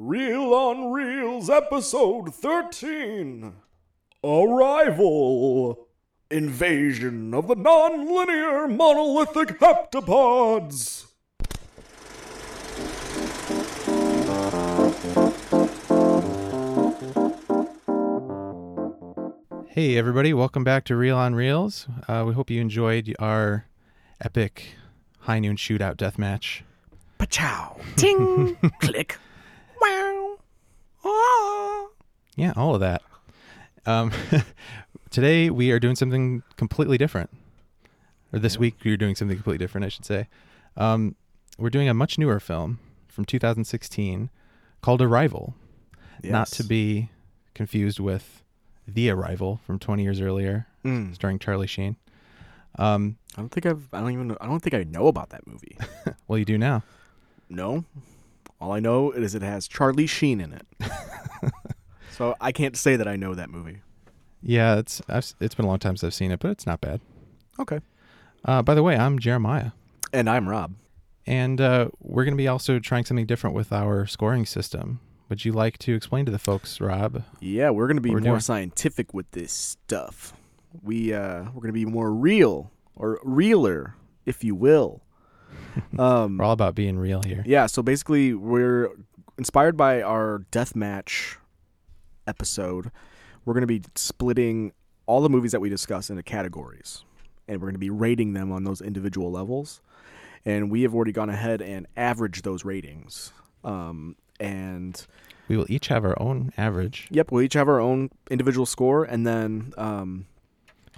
Reel on Reels, episode 13 Arrival Invasion of the Nonlinear Monolithic Heptapods. Hey, everybody, welcome back to Reel on Reels. Uh, we hope you enjoyed our epic high noon shootout death match. Pachow. Ting. Click. Wow. Ah. Yeah, all of that. Um, today, we are doing something completely different. Or this week, we are doing something completely different, I should say. Um, we're doing a much newer film from 2016 called Arrival, not to be confused with The Arrival from 20 years earlier, Mm. starring Charlie Sheen. Um, I don't think I've. I don't even. I don't think I know about that movie. well, you do now. no. All I know is it has Charlie Sheen in it. so I can't say that I know that movie. Yeah, it's I've, s- it's been a long time since I've seen it, but it's not bad. Okay. Uh, by the way, I'm Jeremiah, And I'm Rob. and uh, we're going to be also trying something different with our scoring system. Would you like to explain to the folks, Rob? Yeah, we're gonna be We're more doing- scientific with this stuff. We uh, we're gonna be more real or realer, if you will. Um, We're all about being real here. Yeah, so basically we're inspired by our deathmatch episode. We're going to be splitting all the movies that we discuss into categories and we're going to be rating them on those individual levels. And we have already gone ahead and averaged those ratings. Um, and We will each have our own average. yep, we'll each have our own individual score and then um,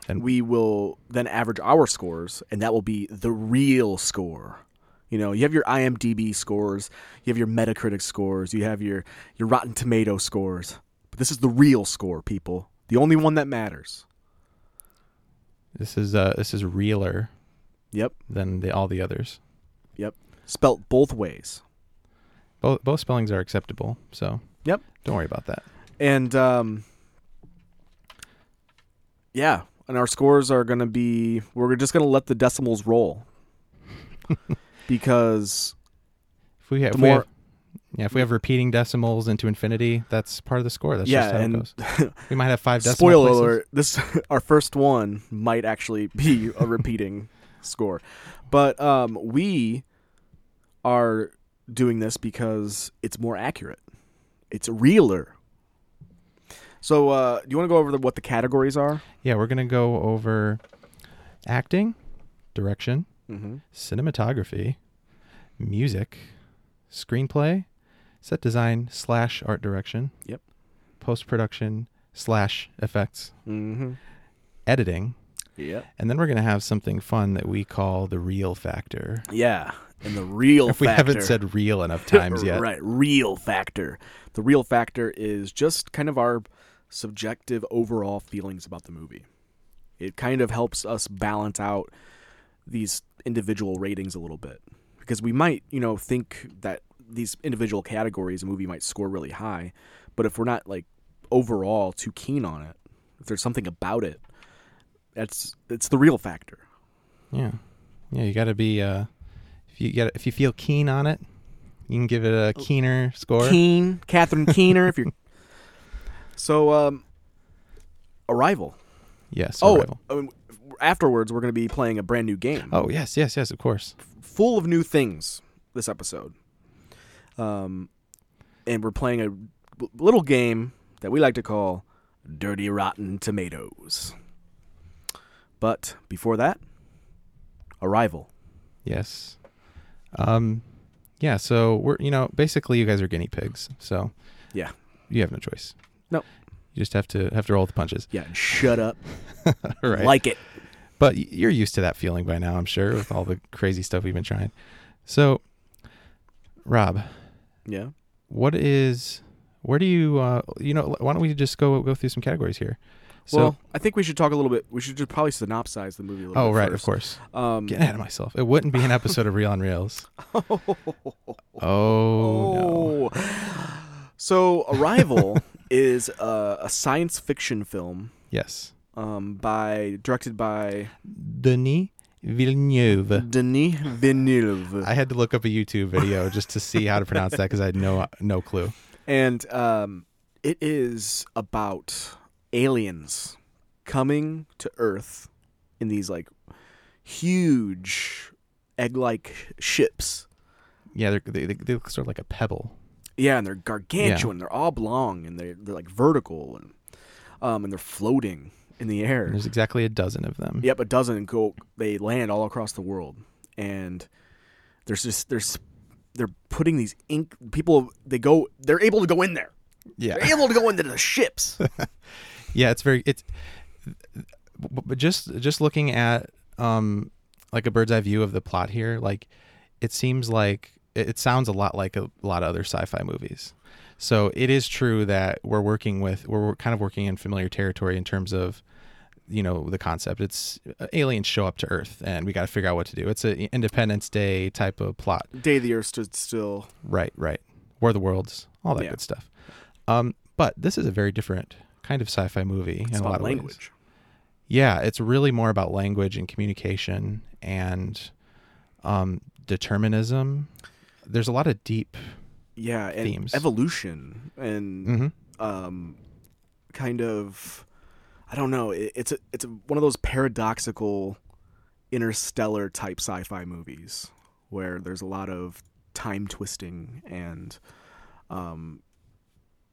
And- we will then average our scores and that will be the real score you know you have your imdb scores you have your metacritic scores you have your your rotten tomato scores but this is the real score people the only one that matters This is uh, this is realer yep than the, all the others. yep spelt both ways Both both spellings are acceptable, so Yep. don't worry about that. and um yeah and our scores are gonna be we're just gonna let the decimals roll because If we, The ha- if we more- have yeah, if we have repeating decimals into infinity, that's part of the score. That's just yeah how it and goes. We might have five decimal Spoiler places. alert: This our first one might actually be a repeating score, but um, we are doing this because it's more accurate. It's realer. So, uh, do you want to go over the, what the categories are? Yeah, we're going to go over acting, direction, Mm-hmm. cinematography, music, screenplay, set design slash art direction. Yep. Post production slash effects, Mm-hmm. editing, Yeah. and then we're going to have something fun that we call the real factor. Yeah. And the real If we haven't factor- said real enough times yet. Right, real factor. The real factor is just kind of our subjective overall feelings about the movie. It kind of helps us balance out these individual ratings a little bit because we might, you know, think that these individual categories a movie might score really high, but if we're not like overall too keen on it, if there's something about it, that's it's the real factor. Yeah. Yeah, you got to be uh if you get if you feel keen on it, you can give it a keener score. Oh. Keen, Catherine Keener, if you're. So, um, Arrival. Yes. Oh, Arrival. I mean, afterwards we're going to be playing a brand new game, Oh, yes, yes, yes, of course. full of new things this episode. Um, and we're playing a w- little game that we like to call "Dirty Rotten Tomatoes." But before that, Arrival. Yes. Um, yeah. So we're you know basically you guys are guinea pigs. So Yeah. you have no choice. Nope. You just have to have to roll with the punches. Yeah, and shut up. right. Like it. but y- you're used to that feeling by now, I'm sure, with all the crazy stuff we've been trying. So, Rob, Yeah. what is where do you uh, you know why don't we just go go through some categories here? So well, I think we should talk a little bit. We should just probably synopsize the movie a little oh bit. right, first. of course. Um, Get ahead of myself. It wouldn't be an episode of Real on Reels. Oh, Oh. no. So Arrival is a, a science fiction film Yes. um, by directed by Denis Villeneuve. Denis Villeneuve. I had to look up a YouTube video just to see how to pronounce that because I had no no clue. and um, it is about aliens coming to Earth in these like huge egg-like ships. Yeah, they're, they they they look sort of like a pebble. Yeah, and they're gargantuan. They're oblong and they're they're like vertical and um, and they're floating in the air. And there's exactly a dozen of them. Yep, a dozen go. They land all across the world, and there's just there's they're putting these ink people. They go. They're able to go in there. Yeah, They're able to go into the ships. yeah. It's very it's, but but just just looking at um like a bird's eye view of the plot here, like it seems like it it sounds a lot like a lot of other sci-fi movies. So it is true that we're working with we're we're kind of working in familiar territory in terms of you know the concept. It's uh, aliens show up to Earth and we got to figure out what to do. It's an Independence Day type of plot. Day the Earth stood still. Right, right. War of the Worlds, all that Yeah. good stuff. Um, but this is a very different kind of sci-fi movie It's in a lot about of ways. language. Yeah, it's really more about language and communication and um, determinism. There's a lot of deep. Yeah, and Themes. evolution and Mhm. um, kind of I don't know. It, it's a, it's a, one of those paradoxical interstellar type sci-fi movies where there's a lot of time twisting and um,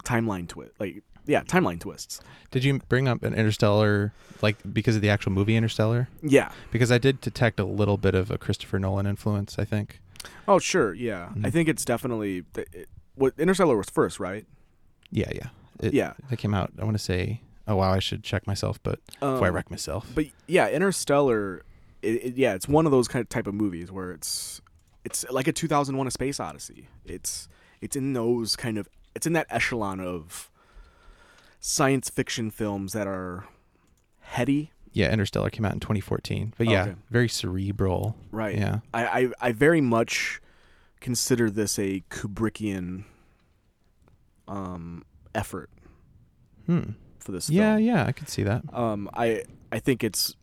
timeline twist. Like yeah, timeline twists. Did you bring up an Interstellar, like because of the actual movie Interstellar? Yeah. Because I did detect a little bit of a Christopher Nolan influence. I think. Oh sure. Yeah. I think it's definitely it, what Interstellar was first, right? Yeah, yeah, it, Yeah. That came out. I want to say. Oh wow, I should check myself, but before I Um, wreck myself. But yeah, Interstellar, it, it, yeah, it's one of those kind of type of movies where it's it's like a 2001: A Space Odyssey. It's it's in those kind of it's in that echelon of science fiction films that are heady, Yeah, Interstellar came out in 2014. But yeah, Okay. very cerebral. right? Yeah. I, I I very much consider this a Kubrickian um effort Hmm. for this. Yeah, film. yeah, I could see that. Um, I I think it's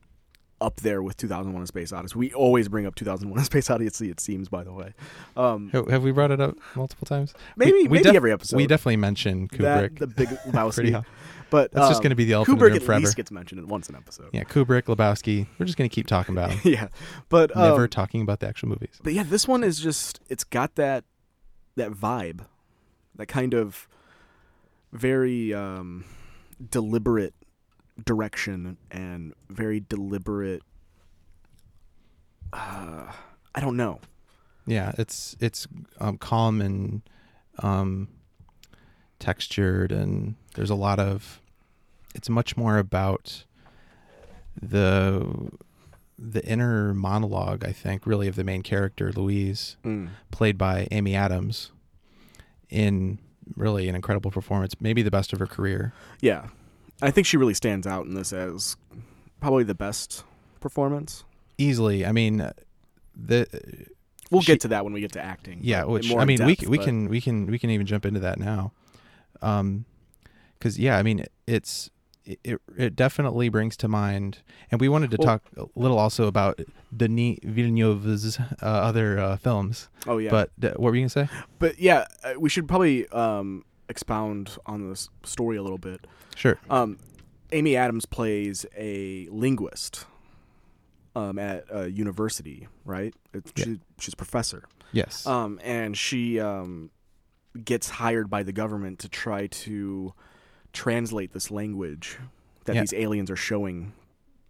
up there with 2001: A Space Odyssey. We always bring up 2001: A Space Odyssey. It seems, by the way, um, Have have we brought it up multiple times? maybe we, we maybe def- every episode. We definitely mentioned that, Kubrick. the Big pretty Lebowski. often. but That's just um, going to be the elephant in Kubrick the at room forever. least gets mentioned once an episode. Yeah, Kubrick, Lebowski. We're just going to keep talking about 'em. yeah, but um, Never talking about the actual movies. But yeah, this one is just it's got that that vibe, that kind of very um, deliberate direction and very deliberate. Uh, I don't know. Yeah, it's it's um, calm and um, textured, and there's a lot of. It's much more about the the inner monologue, I think, really of the main character Louise, played by Amy Adams, in really an incredible performance, maybe the best of her career. Yeah, I think she really stands out in this as probably the best performance. Easily, I mean, the We'll She- get to that when we get to acting. Yeah, but which more I in mean, we depth, c- we but- can we can we can even jump into that now, um, because yeah, I mean, it- it's it- it it definitely brings to mind, and we wanted to Well- talk a little also about Denis Villeneuve's uh, other uh, films. Oh yeah, But uh, what were you gonna say? but yeah, uh, we should probably um, expound on this story a little bit. Sure. Um, Amy Adams plays a linguist um, at a university, right? It's- Yeah. She, she's a professor. Yes. Um, and she um, gets hired by the government to try to translate this language that Yeah. these aliens are showing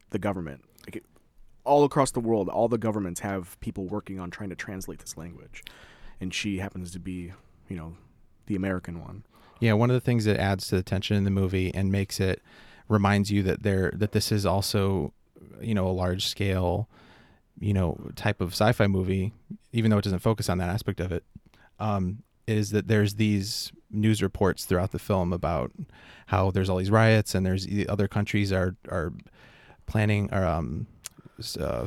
the government. Like, it- all across the world, all the governments have people working on trying to translate this language. And she happens to be, you know, the American one. yeah, one of the things that adds to the tension in the movie and makes it reminds you that there that this is also you know a large scale you know type of sci-fi movie even though it doesn't focus on that aspect of it um, is that there's these news reports throughout the film about how there's all these riots and there's the other countries are are planning or um, s- uh,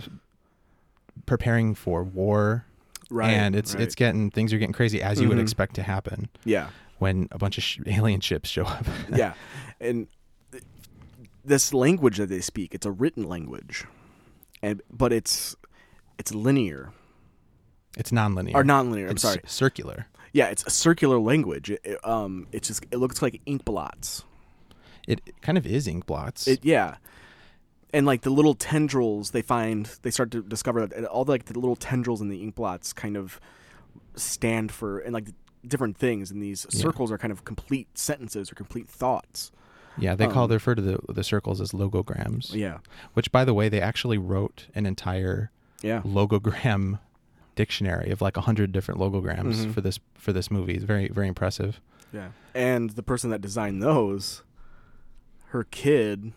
preparing for war Right. and it's right. it's getting things are getting crazy as you would Mhm. expect to happen yeah. when a bunch of sh- alien ships show up yeah and th- this language that they speak it's a written language and but it's it's linear It's nonlinear. or non-linear. I'm It's sorry. Circular. Yeah, it's a circular language. It, it, um, it's just it looks like ink blots. It it kind of is ink blots. It yeah, and like the little tendrils they find, they start to discover that all the, like the little tendrils in the ink blots kind of stand for and like different things. And these circles are kind of complete sentences or complete thoughts. yeah, they call they refer to the the circles as logograms. um, Yeah, Which, by the way, they actually wrote an entire yeah, logogram dictionary of like a hundred different logograms Mm-hmm. for this for this movie. It's very very impressive. yeah. And the person that designed those, her kid,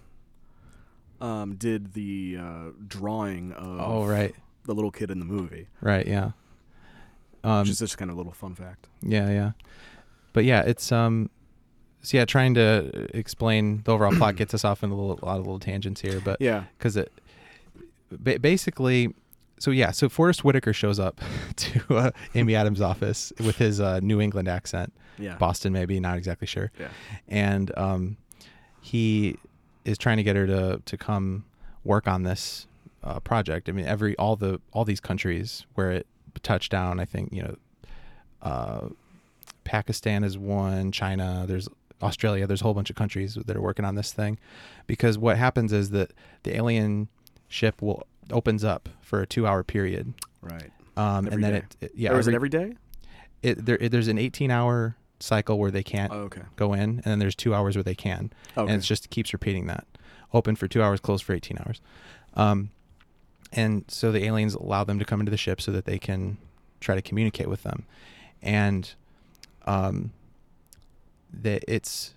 um, did the uh, drawing of Oh right, the little kid in the movie. right, yeah, um, Which is just kind of a little fun fact. yeah, yeah. But yeah, it's um, so yeah, trying to explain the overall plot gets us off in a, little, a lot of little tangents here, but Yeah. because it ba- basically so yeah so forrest whitaker shows up to uh, amy adams office with his uh, new england accent Yeah. boston maybe not exactly sure Yeah. and um, he is trying to get her to, to come work on this uh, project i mean every all the all these countries where it touched down i think you know uh, Pakistan is one, China, there's Australia, there's a whole bunch of countries that are working on this thing because what happens is that the alien ship will opens up for a 2-hour period. Right. Um, Every and then day. it, it- yeah, or is it every- every day? it- there, it- there's an 18-hour cycle where they can't Oh, okay. go in and then there's 2 hours where they can. Okay. And it just keeps repeating that. Open for 2 hours, closed for 18 hours. Um, and so the aliens allow them to come into the ship so that they can try to communicate with them. And um, that it's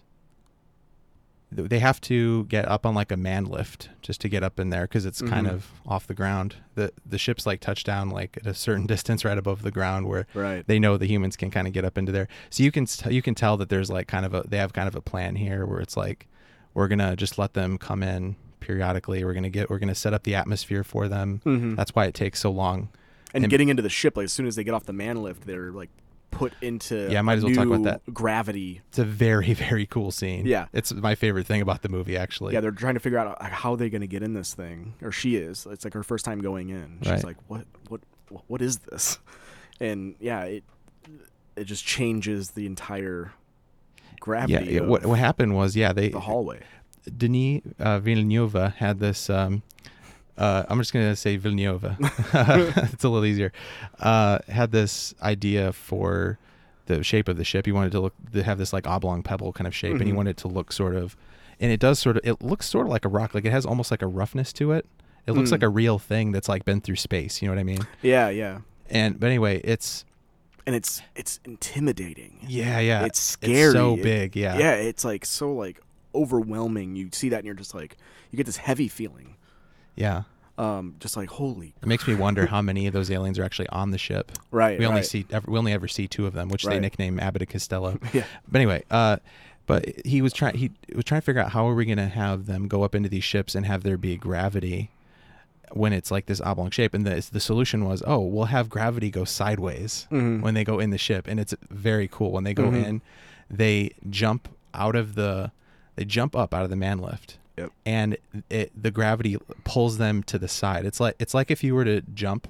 th- they have to get up on like a man lift just to get up in there because it's kind Mhm. of off the ground. the The ship's like touched down like at a certain distance right above the ground where Right. they know the humans can kind of get up into there. So you can s- you can tell that there's like kind of a they have kind of a plan here where it's like we're gonna just let them come in periodically. We're gonna get we're gonna set up the atmosphere for them. Mhm. That's why it takes so long. and and- getting into the ship, like as soon as they get off the man lift, they're like put into Yeah, might a as well talk about new that. gravity. It's a very very cool scene. Yeah. it's my favorite thing about the movie actually. Yeah, they're trying to figure out like, how they're going to get in this thing, or she is. It's like her first time going in. She's Right. like, "What? What? wh- What is this?" And yeah, it it just changes the entire yeah. gravity. yeah, of What what happened was yeah they the hallway? Denis uh, Villeneuve had this. Um, uh, I'm just gonna say Villeneuve. it's a little easier. Uh, had this idea for the shape of the ship. He wanted to look to have this like oblong pebble kind of shape, and Mm-hmm. he wanted it to look sort of, and it does sort of. It looks sort of like a rock. Like it has almost like a roughness to it. It looks Mm. like a real thing that's like been through space. You know what I mean? Yeah, yeah. And but anyway, it's And it's it's intimidating. yeah, yeah. It's scary. so It- big. Yeah. yeah it's like so like overwhelming you see that and you're just like you get this heavy feeling Yeah. um just like holy It makes me wonder how many of those aliens are actually on the ship. Right, We only right. see ever, we only ever see two of them, which they Right. nickname Abbott and Costello. Yeah. But anyway, uh, but he was trying he was trying to figure out how are we going to have them go up into these ships and have there be gravity when it's like this oblong shape and the the solution was oh we'll have gravity go sideways Mm-hmm. when they go in the ship and it's very cool when they go in they jump out of the they jump up out of the man lift Yep. and it, the gravity pulls them to the side it's like it's like if you were to jump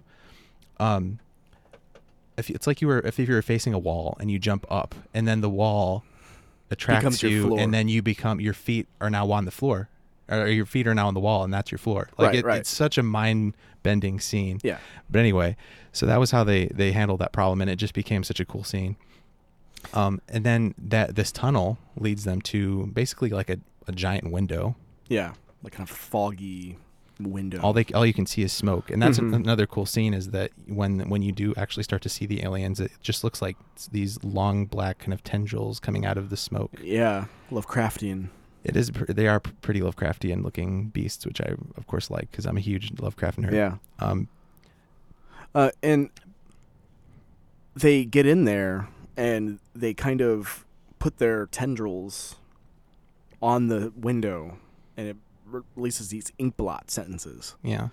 um if you- it's like you were if you were facing a wall and you jump up and then the wall attracts Becomes your you floor. and then you become your feet are now on the floor or your feet are now on the wall and that's your floor like Right, it, right. it's such a mind bending scene yeah but anyway so that was how they they handled that problem and it just became such a cool scene um and then that this tunnel leads them to basically like a, a giant window yeah like kind of foggy window all they all you can see is smoke and that's an- another cool scene is that when when you do actually start to see the aliens it just looks like s- these long black kind of tendrils coming out of the smoke yeah lovecraftian it is pr- they are p- pretty lovecraftian looking beasts which i of course like because i'm a huge lovecraft nerd yeah um uh and they get in there and they kind of put their tendrils on the window and it re- releases these ink blot sentences yeah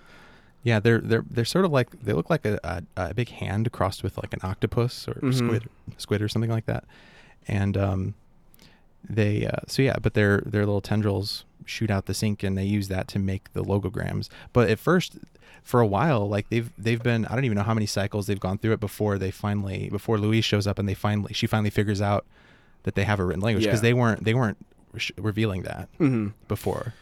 yeah they're they're they're sort of like they look like a, a, a big hand crossed with like an octopus or Mhm. squid squid or something like that and um they uh, so yeah, but their their little tendrils shoot out the sink, and they use that to make the logograms. But at first, for a while, like they've they've been I don't even know how many cycles they've gone through it before they finally before Louise shows up and they finally she finally figures out that they have a written language because Yeah. they weren't they weren't sh- revealing that before.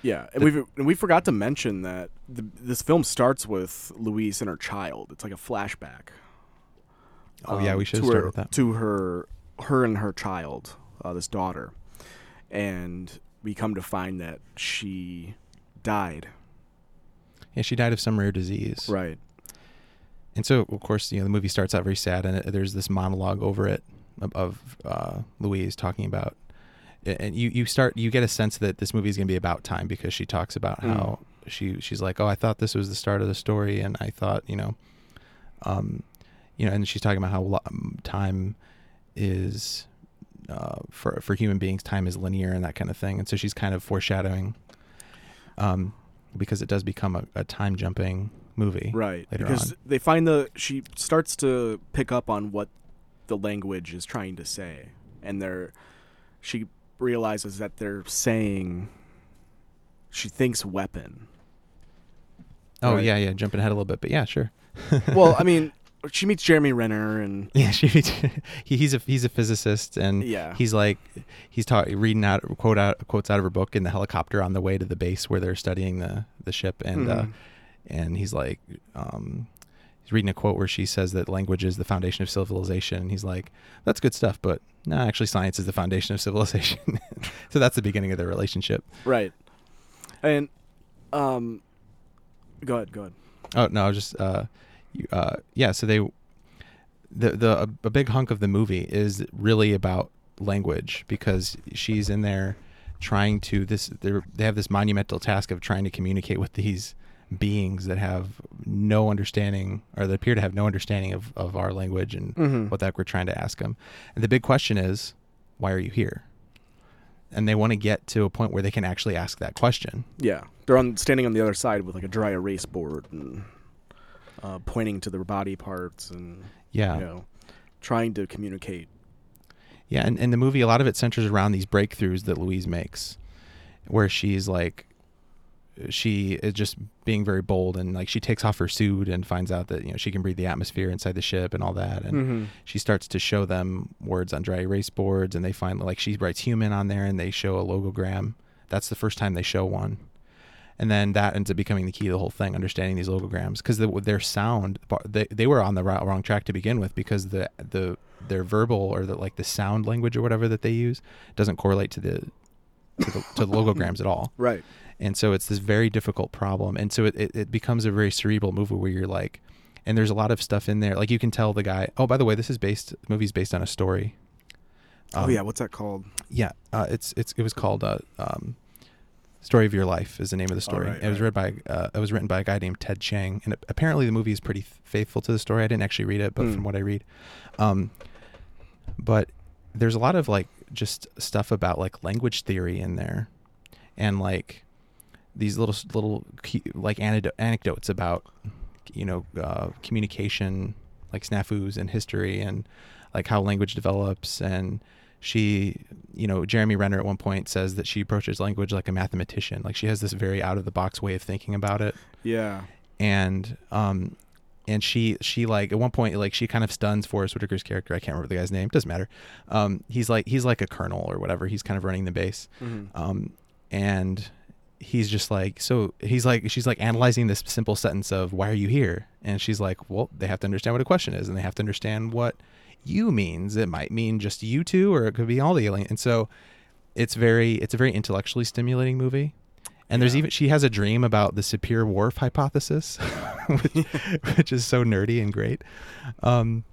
Yeah, and we've and we forgot to mention that the, this film starts with Louise and her child. It's like a flashback. Oh, yeah, um, we should to have started her- with that. To her, her and her child, uh, this daughter, and we come to find that she died. Yeah, she died of some rare disease. Right. And so, of course, you know, the movie starts out very sad, and it, there's this monologue over it of, of uh, Louise talking about, and you you start you get a sense that this movie is going to be about time because she talks about Hmm. how she she's like, oh, I thought this was the start of the story, and I thought, you know, um, you know, and she's talking about how lo- um, time is. Uh, for for human beings, time is linear and that kind of thing, and so she's kind of foreshadowing, um, because it does become a, a time jumping movie, Right. Later because on. they find the she starts to pick up on what the language is trying to say, and they're she realizes that they're saying. She thinks weapon. Oh Right. yeah, yeah, jumping ahead a little bit, but yeah, sure. well, I mean, she meets Jeremy Renner, and Yeah, she, he, he's a he's a physicist, and Yeah. he's like he's ta- reading out quote out quotes out of her book in the helicopter on the way to the base where they're studying the the ship, and uh, Mhm. and he's like um, he's reading a quote where she says that language is the foundation of civilization, and he's like that's good stuff, but no, actually, science is the foundation of civilization. so that's the beginning of their relationship. right, and um, go ahead, go ahead. Oh no, I was just uh, you- uh, yeah. So they, the the a, a big hunk of the movie is really about language because she's in there trying to this they're- they have this monumental task of trying to communicate with these beings that have no understanding or that appear to have no understanding of, of our language and what the heck we're trying to ask them. And the big question is, why are you here? And they want to get to a point where they can actually ask that question. Yeah, they're on standing on the other side with like a dry erase board and uh, pointing to their body parts, and you know, trying to communicate. Yeah, and, and the movie, a lot of it centers around these breakthroughs that Louise makes, where she's like, she is just being very bold and like she takes off her suit and finds out that you know she can breathe the atmosphere inside the ship and all that, and Mm-hmm. she starts to show them words on dry erase boards, and they find like she writes human on there, and they show a logogram. That's the first time they show one. And then that ends up becoming the key to the whole thing, understanding these logograms, because the, their sound, they, they were on the ro- wrong track to begin with, because the the their verbal or the like the sound language or whatever that they use doesn't correlate to the to the, to the logograms at all. Right. And so it's this very difficult problem. And so it, it, it becomes a very cerebral movie where you're like, and there's a lot of stuff in there. Like you can tell the guy, oh, by the way, this is based, the movie's based on a story. Um, oh yeah, what's that called? Yeah. Uh, it's, it's, it was called, uh, um, Story of Your Life is the name of the story. Oh, right, it was read by, uh, it was written by a guy named Ted Chang. And apparently the movie is pretty faithful to the story. I didn't actually read it, but Hmm. from what I read, um, but there's a lot of like just stuff about like language theory in there and like these little little key, like anecdo- anecdotes about you know uh, communication like snafus and history and like how language develops and she you know jeremy renner at one point says that she approaches language like a mathematician like she has this very out of the box way of thinking about it Yeah. and um and she she like at one point like she kind of stuns Forrest Whitaker's character. I can't remember the guy's name. Doesn't matter. Um, he's like he's like a colonel or whatever. He's kind of running the base, Mm-hmm. Mm. um, and he's just like so he's like she's like analyzing this simple sentence of why are you here? And she's like, well, they have to understand what a question is, and they have to understand what you means. It might mean just you two, or it could be all the alien. And so it's very it's a very intellectually stimulating movie. And there's even she has a dream about the Sapir Whorf hypothesis, which, which is so nerdy and great. Um,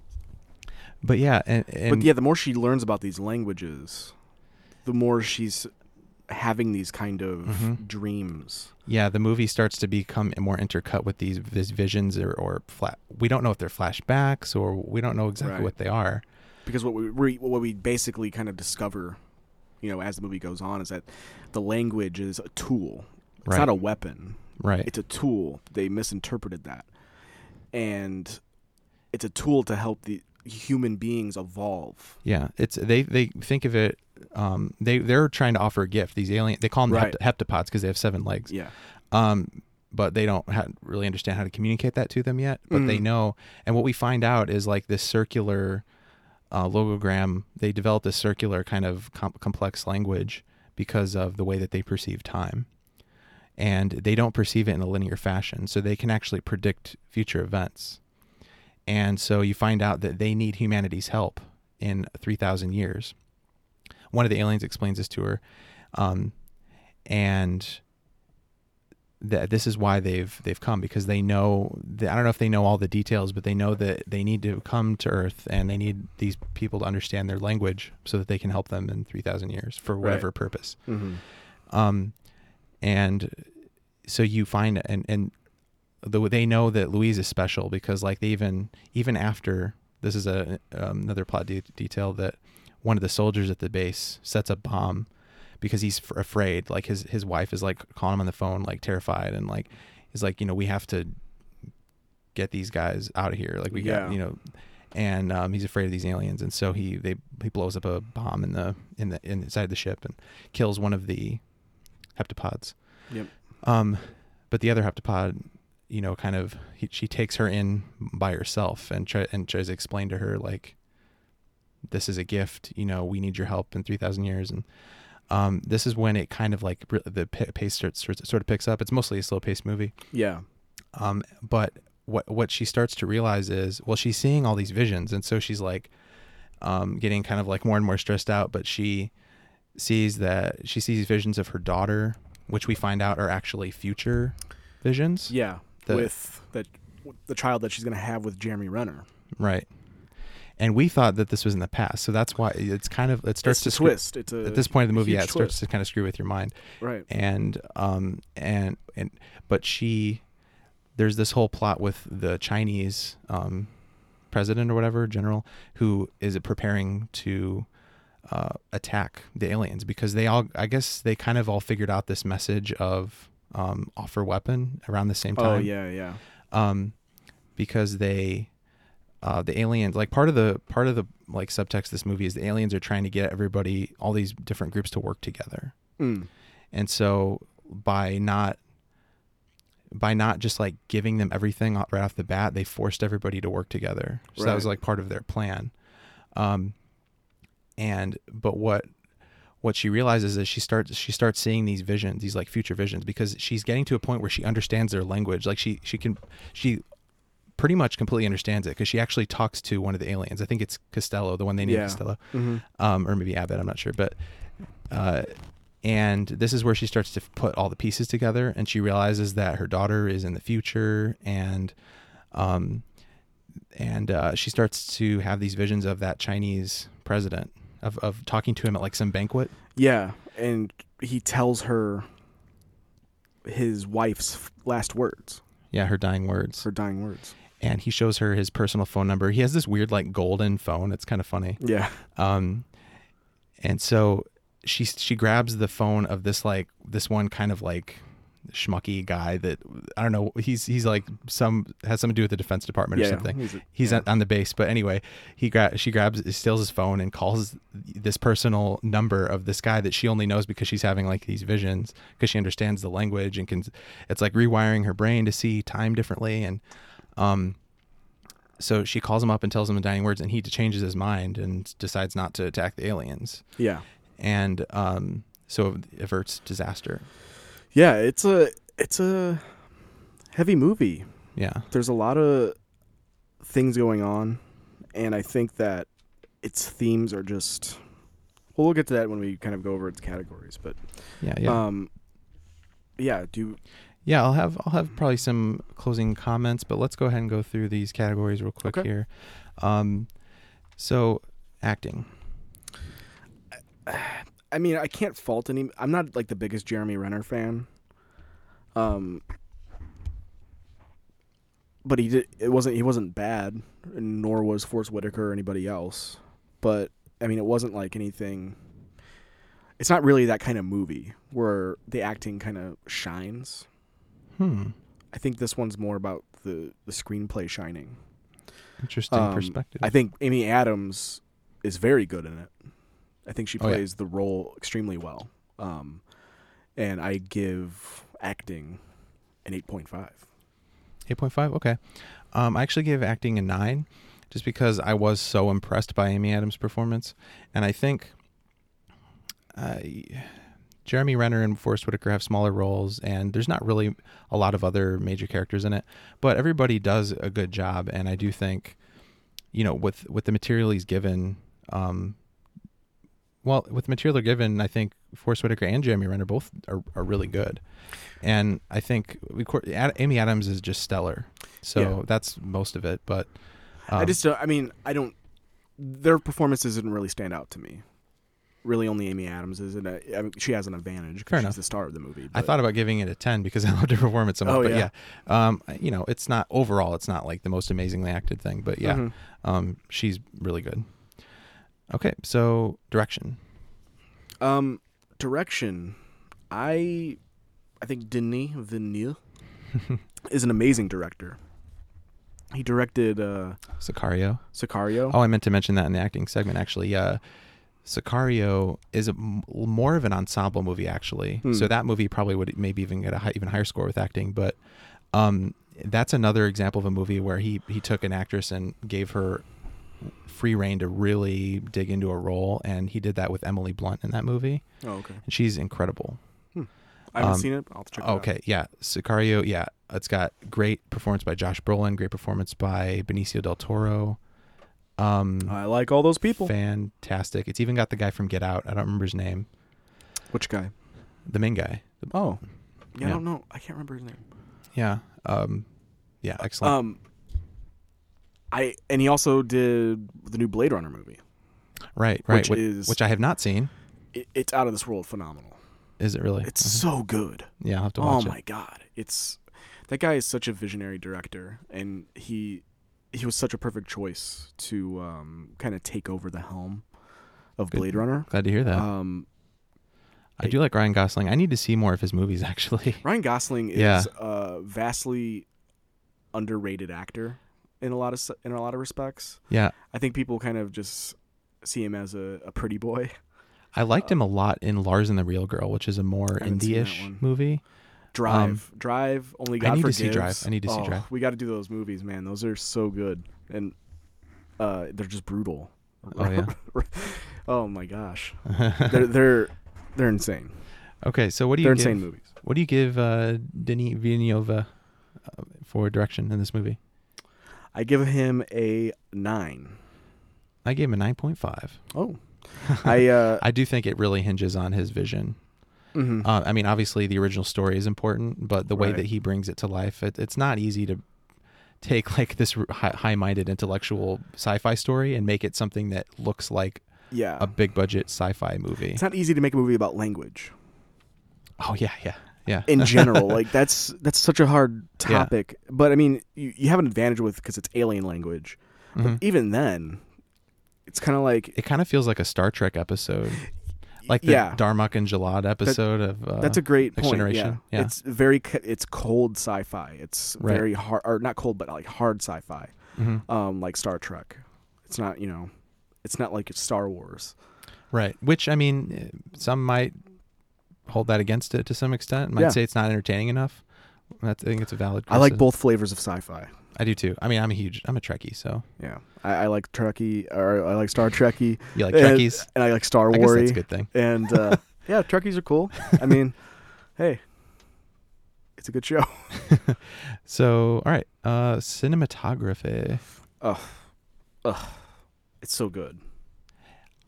but yeah, and, and but yeah, the more she learns about these languages, the more she's having these kind of Mm-hmm. dreams. yeah, the movie starts to become more intercut with these vis- visions or, or flat. We don't know if they're flashbacks or we don't know exactly Right. what they are. because what we we- what we basically kind of discover, you know, as the movie goes on, is that the language is a tool. It's Right. not a weapon. Right. It's a tool. They misinterpreted that, and it's a tool to help the human beings evolve. Yeah, it's they they think of it um, they they're trying to offer a gift. These alien they call them Right. hept- heptapods because they have seven legs. Yeah. Um, but they don't ha- really understand how to communicate that to them yet. But Mm. they know. And what we find out is like this circular uh, logogram. They developed this circular kind of com- complex language because of the way that they perceive time. And they don't perceive it in a linear fashion, so they can actually predict future events. And so you find out that they need humanity's help in 3,000 years. One of the aliens explains this to her. Um, and that this is why they've they've come because they know the, I don't know if they know all the details, but they know that they need to come to Earth and they need these people to understand their language so that they can help them in three thousand years for whatever purpose. Mm-hmm. Um, and so you find and and the, they know that Louise is special because like they even even after this is a um, another plot de- detail that one of the soldiers at the base sets a bomb because he's f- afraid like his his wife is like calling him on the phone like terrified and like is like you know we have to get these guys out of here like we Yeah. got you know and um, he's afraid of these aliens and so he they he blows up a bomb in the in the inside the ship and kills one of the heptapods Yep. um, but the other heptapod, you know, kind of he, she takes her in by herself and try, and tries to explain to her like, this is a gift. You know, we need your help in three thousand years. And um, this is when it kind of like re- the p- pace starts starts- sort of picks up. It's mostly a slow paced movie. Yeah. Um, but what what she starts to realize is, well, she's seeing all these visions, and so she's like, um, getting kind of like more and more stressed out. But she sees that she sees visions of her daughter, which we find out are actually future visions, Yeah. The- with that the child that she's going to have with Jeremy Renner. right? And we thought that this was in the past, so that's why it's kind of it starts It's to a screw- twist. It's a at this point of the movie. huge Yeah, it starts to kind of screw with your mind. right. and um and and but she there's this whole plot with the Chinese um president or whatever general who is preparing to uh attack the aliens because they all I guess they kind of all figured out this message of um offer weapon around the same time Oh yeah, yeah. um, because they uh, the aliens like part of the part of the like subtext of this movie is the aliens are trying to get everybody all these different groups to work together Mm. and so by not by not just like giving them everything o- right off the bat they forced everybody to work together so that was Right. like part of their plan um and but what what she realizes is she starts she starts seeing these visions these like future visions because she's getting to a point where she understands their language like she she can she pretty much completely understands it because she actually talks to one of the aliens i think it's costello the one they named Yeah. costello Mm-hmm. um, or maybe Abbott. I'm not sure, but uh, and this is where she starts to put all the pieces together, and she realizes that her daughter is in the future, and um, and uh, she starts to have these visions of that Chinese president of of talking to him at like some banquet. Yeah, and he tells her his wife's f- last words, Yeah, her dying words, her dying words. and he shows her his personal phone number. He has this weird like golden phone. It's kind of funny. Yeah, Um, and so she she grabs the phone of this like this one kind of like schmucky guy that I don't know. He's he's like some has something to do with the defense department yeah. or something. He's a- He's yeah. on- on the base, but anyway, he gra- she grabs steals his phone and calls this personal number of this guy that she only knows because she's having like these visions because she understands the language and can. It's like rewiring her brain to see time differently, and um, so she calls him up and tells him in dying words, and he changes his mind and decides not to attack the aliens, yeah, and um, so averts disaster. yeah. It's a it's a heavy movie. Yeah, There's a lot of things going on, and I think that its themes are just. Well, we'll get to that when we kind of go over its categories, but yeah, yeah. um, yeah. Do you, Yeah, I'll have I'll have probably some closing comments, but let's go ahead and go through these categories real quick Okay. here. Um, so acting, I mean, I can't fault any. I'm not like the biggest Jeremy Renner fan. Um, but he did. It wasn't. He wasn't bad, nor was Force Whitaker or anybody else. But I mean, it wasn't like anything. It's not really that kind of movie where the acting kind of shines. hmm, I think this one's more about the the screenplay shining. interesting Um, perspective. I think Amy Adams is very good in it. I think she Oh, yeah. plays the role extremely well. Um, and I give acting an 8.5. 8.5 okay um, i actually gave acting a 9 just because i was so impressed by amy adams performance and i think uh, jeremy renner and forrest whitaker have smaller roles and there's not really a lot of other major characters in it but everybody does a good job and i do think you know with with the material he's given um, well with the material they're given i think forrest whitaker and jeremy renner both are, are really good and I think we, cour- Ad- Amy Adams is just stellar. So Yeah. that's most of it. But I um, just, don't, I mean, I don't. Their performances didn't really stand out to me. Really, only Amy Adams is, and I, I mean, she has an advantage because Fair she's enough. the star of the movie. I but- thought about giving it a ten because I loved her performance so much. Oh, but yeah. yeah, um, you know, it's not overall, it's not like the most amazingly acted thing. But yeah, Mhm. um, she's really good. Okay, so direction. Um, direction. I, I think Denis Villeneuve is an amazing director. He directed uh, Sicario. Sicario. Oh, I meant to mention that in the acting segment. Actually, yeah, Sicario is a m more of an ensemble movie actually. Hmm. So that movie probably would maybe even get a high, even higher score with acting. But um, that's another example of a movie where he he took an actress and gave her free reign to really dig into a role, and he did that with Emily Blunt in that movie, Oh, okay. and she's incredible. I haven't Um, seen it. I'll have to check. it out. Okay, yeah, Sicario, yeah, it's got great performance by Josh Brolin, great performance by Benicio del Toro. Um, I like all those people. Fantastic. It's even got the guy from Get Out. I don't remember his name. Which guy? The main guy. Oh, yeah, I Yeah. don't know. I can't remember his name. Yeah. Um, yeah. Excellent. Um, I and he also did the new Blade Runner movie. right. Right. which Which, is- which I have not seen. It, it's out of this world, phenomenal. Is it really? Uh-huh. It's so good. yeah. I'll have Mm-hmm. to Oh watch my god, it's that guy is such a visionary director, and he he was such a perfect choice to um, kind of take over the helm of Good. Blade Runner. it. Glad to hear that. Um, I do like Ryan Gosling. I need to see more of his movies, actually. Ryan Gosling is Yeah. a vastly underrated actor in a lot of s- in a lot of respects. Yeah. I think people kind of just see him as a, a pretty boy. Um, I liked him a lot in Lars and the Real Girl, which is a more I haven't seen that indie-ish one. movie. Drive, Drive, Only God need to forgives. see Drive. I need to see Oh, Drive. We got to do those movies, man. Those are so good, and uh, they're just brutal. Oh, yeah. oh my gosh, they're they're they're insane. Okay. So what do you They're give, insane movies. What do you give uh, Denis Villeneuve uh, for direction in this movie? I give him a nine. I gave him a nine point five. Oh, I uh, I do think it really hinges on his vision. mhm. Uh, I mean, obviously, the original story is important, but the way Right. that he brings it to life, it, it's not easy to take like this r- hi- high-minded intellectual sci-fi story and make it something that looks like yeah. a big-budget sci-fi movie. it's not easy to make a movie about language Oh yeah, yeah, yeah. in general. like that's that's such a hard Yeah. topic. But I mean, you, you have an advantage with because it's alien language. Mhm. But even then, it's kind of like It kind of feels like a Star Trek episode, like the yeah. Darmok and Jalad episode of. Uh, That's a great Next point. Generation, Yeah. yeah. it's very c- it's cold sci-fi. It's Right. very hard, or not cold, but like hard sci-fi, Mhm. um, like Star Trek. It's not you know, it's not like it's Star Wars. right. Which I mean, eh, some might hold that against it to some extent. Might Yeah. say it's not entertaining enough. That's, I think it's a valid. I like criticism. both flavors of sci-fi. I do too. I mean, I'm a huge, I'm a Trekkie, so Yeah, I, I like Trekkie, or I like Star Trekkie, you like and, Trekkies. and I like Star I guess that's Wars, a good thing. and uh, yeah, Trekkies are cool. I mean, hey, it's a good show. So, all right, uh, cinematography. It's so good,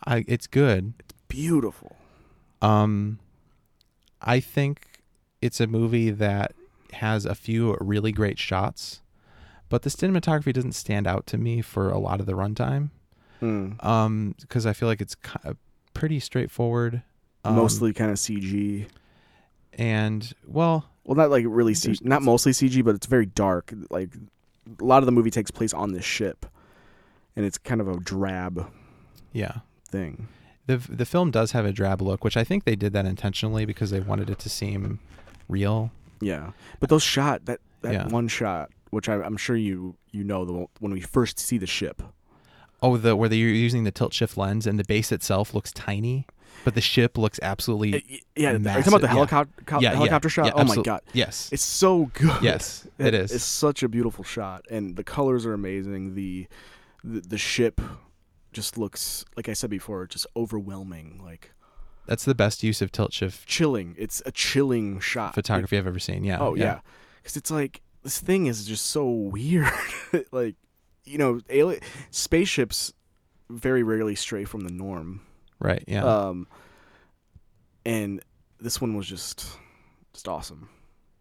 I, it's good. beautiful. Um, I think it's a movie that has a few really great shots, but the cinematography doesn't stand out to me for a lot of the runtime. Mm. Um, because I feel like it's ki pretty straightforward. Um, Mostly kind of CG. and well, Well, not like really, C- There's- not mostly CG, but it's very dark. Like a lot of the movie takes place on this ship, and it's kind of a drab yeah. thing. the the film does have a drab look, which I think they did that intentionally because they wanted it to seem real. Yeah, but those shot that that Yeah. one shot, which I, I'm sure you you know the one- when we first see the ship. Oh, the where they're using the tilt shift lens and the base itself looks tiny, but the ship looks absolutely. Y- Yeah, are you talking massive, about the yeah. helicopter co- Yeah, yeah, helicopter shot? yeah, oh my absolute- god, Yes. it's so good. Yes, it is. It's such a beautiful shot, and the colors are amazing. The the, the ship just looks, like I said before, just overwhelming, like That's the best use of tilt shift chilling. It's a chilling shot. photography I've ever seen. Yeah. Oh yeah, because it's like this thing is just so weird. like, you know, alien spaceships very rarely stray from the norm. Right. Yeah. Um, and this one was just just awesome.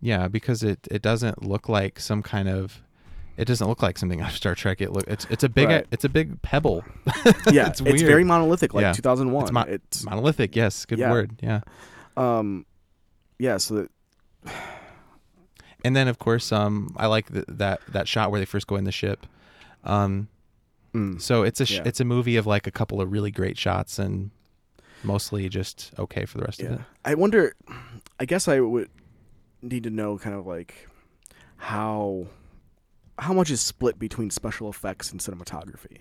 yeah, because it it doesn't look like some kind of. It doesn't look like something out of Star Trek. It look it's it's a big Right. it's a big pebble. Yeah, It's it's, weird. very monolithic, like Yeah. 2001. It's It's, mo- Monolithic. Yes. Good Yeah. word. Yeah. um, yeah. So that, And then of course, um, I like th- that that shot where they first go in the ship. Um, mm, so it's a sh- Yeah. it's a movie of like a couple of really great shots and mostly just okay for the rest of yeah. it. I wonder. I guess I would need to know kind of like how how much is split between special effects and cinematography.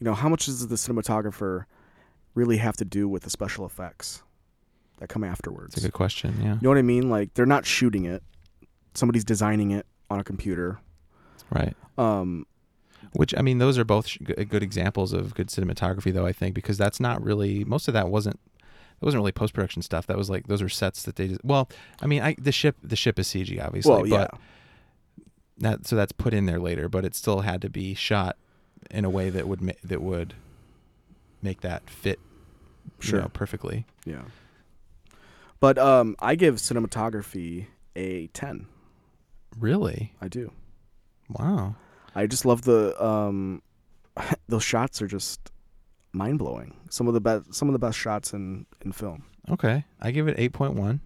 You know, how much does the cinematographer really have to do with the special effects that come afterwards? It's a good question. Yeah. You know what I mean? Like they're not shooting it. Somebody's designing it on a computer. Right. Um, Which I mean, those are both sh- g- good examples of good cinematography, though I think, because that's not really most of that wasn't that wasn't really post production stuff. That was like those are sets that they just, well, I mean, I the ship the ship is CG obviously, well, yeah, but that so that's put in there later, but it still had to be shot in a way that would ma- that would make that fit you Sure. know, perfectly. yeah. But um, I give cinematography a ten. Really, I do. wow. I just love the um, those shots are just mind blowing. Some of the best, some of the best shots in in film. Okay, I give it eight point one,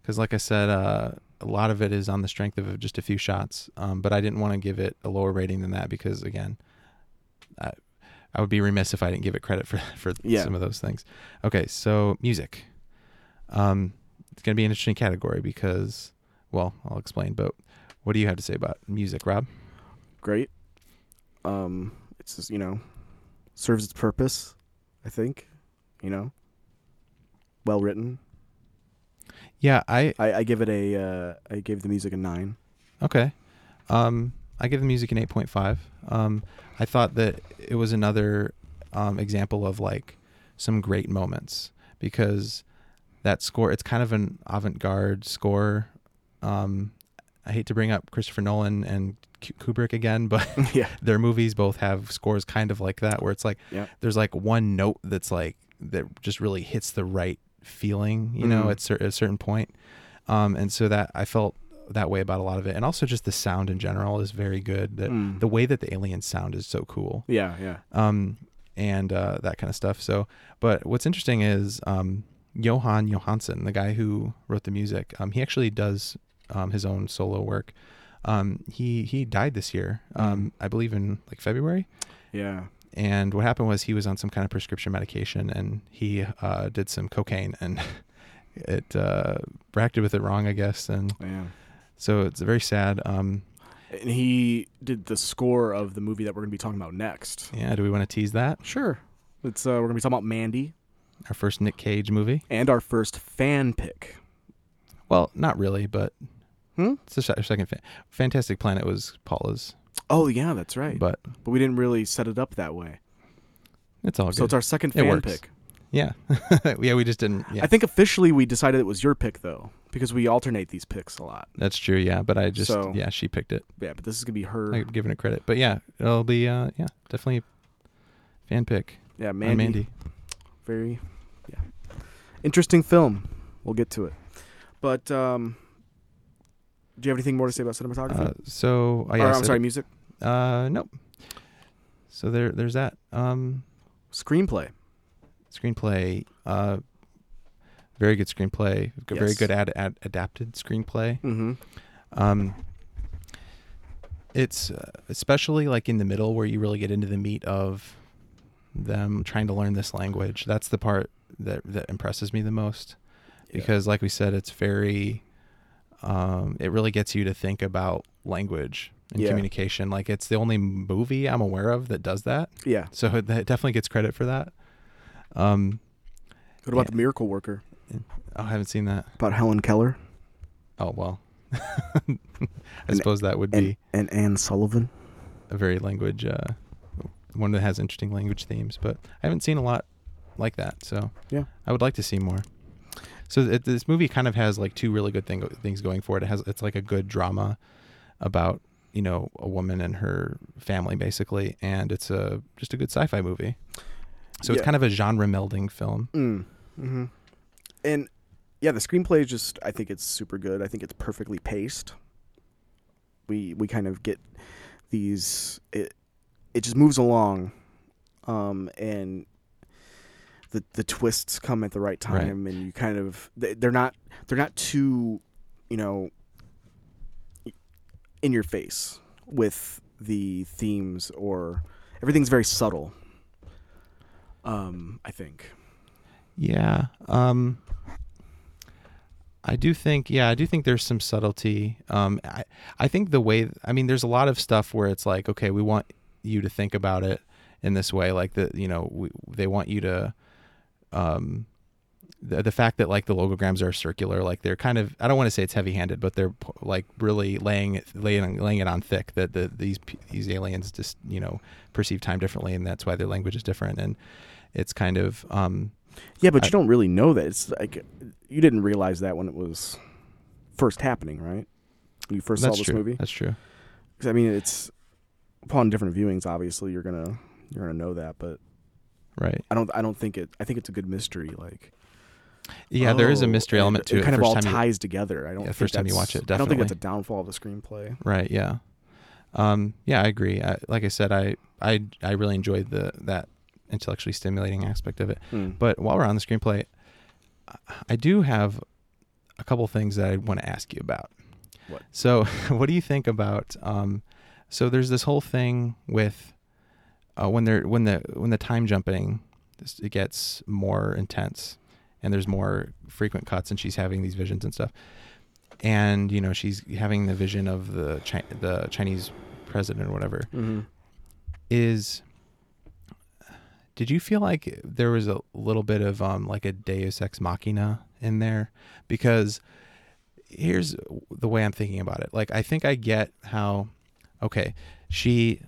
because like I said, uh, a lot of it is on the strength of just a few shots. Um, but I didn't want to give it a lower rating than that because again, I, I would be remiss if I didn't give it credit for for Yeah. some of those things. Okay, so music, um, it's gonna be an interesting category because, well, I'll explain. But what do you have to say about music, Rob? Great. Um, it's just, you know serves its purpose. I think, you know, well written. Yeah, I I, I give it a uh, I gave the music a nine. Okay. Um, I give the music an 8.5. Um, I thought that it was another um, example of like some great moments because that score, it's kind of an avant garde score. Um, I hate to bring up Christopher Nolan and K- Kubrick again, but yeah. their movies both have scores kind of like that where it's like Yeah. there's like one note that's like that just really hits the right feeling you know Mhm. at, cer- at a certain point um and so that i felt that way about a lot of it and also just the sound in general is very good the, Mm. the way that the alien sound is so cool Yeah, yeah. um and uh that kind of stuff so but what's interesting is um johan johansson the guy who wrote the music um he actually does um his own solo work um he he died this year um i believe in like february Yeah. and what happened was he was on some kind of prescription medication and he uh, did some cocaine and it uh, reacted with it wrong i guess and Yeah. so it's very sad um, And he did the score of the movie that we're going to be talking about next. yeah do we want to tease that Sure. It's uh, we're going to be talking about Mandy our first nick cage movie and our first fan pick. well not really but Hmm? it's the se- our second fa- fantastic planet was paula's Oh yeah, that's right. But, but we didn't really set it up that way. it's all good So it's our second It fan works. pick. yeah yeah we just didn't yeah I think officially we decided it was your pick though, because we alternate these picks a lot. that's true yeah but i just So- yeah she picked it Yeah, but this is going to be her. i've given it credit but yeah it'll be uh yeah definitely fan pick yeah, on Mandy. mandy Very yeah. Interesting film. We'll get to it. But um do you have anything more to say about cinematography? uh, so I or, yeah, I'm so- sorry, music. Uh, nope. So there, there's that. Um, Screenplay. screenplay. Uh, very good screenplay. g- Very Yes. good ad, ad adapted screenplay. Mm-hmm. Um, it's uh, especially like in the middle where you really get into the meat of them trying to learn this language. That's the part that that impresses me the most, Yeah. because like we said, it's very. Um, it really gets you to think about language and Yeah. communication. Like it's the only movie I'm aware of that does that. Yeah. So it that definitely gets credit for that. Um, What about Yeah. the Miracle Worker? I haven't seen that. About Helen Keller Oh well, I suppose that would and be and Anne Sullivan. a very language uh, one that has interesting language themes. But I haven't seen a lot like that, so Yeah. I would like to see more. So it, this movie kind of has like two really good thing, things going for it. It has it's like a good drama about you know a woman and her family basically, and it's a just a good sci-fi movie. So it's Yeah. kind of a genre melding film. Mm. hmm And yeah, the screenplay is just I think it's super good. I think it's perfectly paced. We we kind of get these it it just moves along um and the the twists come at the right Right. time and you kind of they- they're not they're not too, you know, in your face with the themes or everything's very subtle. Um I think. Yeah. Um I do think yeah, I do think there's some subtlety. Um I I think the way I mean there's a lot of stuff where it's like okay, we want you to think about it in this way like the you know, we, they want you to um the, the fact that like the logograms are circular like they're kind of I don't want to say it's heavy-handed but they're p- like really laying it laying, laying it on thick that the, these p- these aliens just you know perceive time differently and that's why their language is different and it's kind of um Yeah, but you don't really know that. It's like you didn't realize that when it was first happening, right? When you first saw That's this true. movie. That's true. 'Cause, I mean, it's upon different viewings. Obviously, you're gonna you're gonna know that, but Right. I don't I don't think it. I think it's a good mystery. Like Yeah, there is a oh, mystery and element to it. kind of first all time you- ties together. I don't. Yeah, think first time you that's- watch it, I don't think that's a definitely. downfall of the screenplay. right. Yeah. Um, yeah, I agree. I, like I said, I, I, I really enjoyed the, that intellectually stimulating aspect of it. Mm. But while we're on the screenplay, I- I do have a couple things that I want to ask you about. What? So, what do you think about? Um, so there's this whole thing with uh, when they're when the when the time jumping this- it gets more intense and there's more frequent cuts and she's having these visions and stuff. And you know she's having the vision of the Chi- the Chinese president or whatever Mhm. is did you feel like there was a little bit of um like a deus ex machina in there because here's the way i'm thinking about it like i think i get how okay she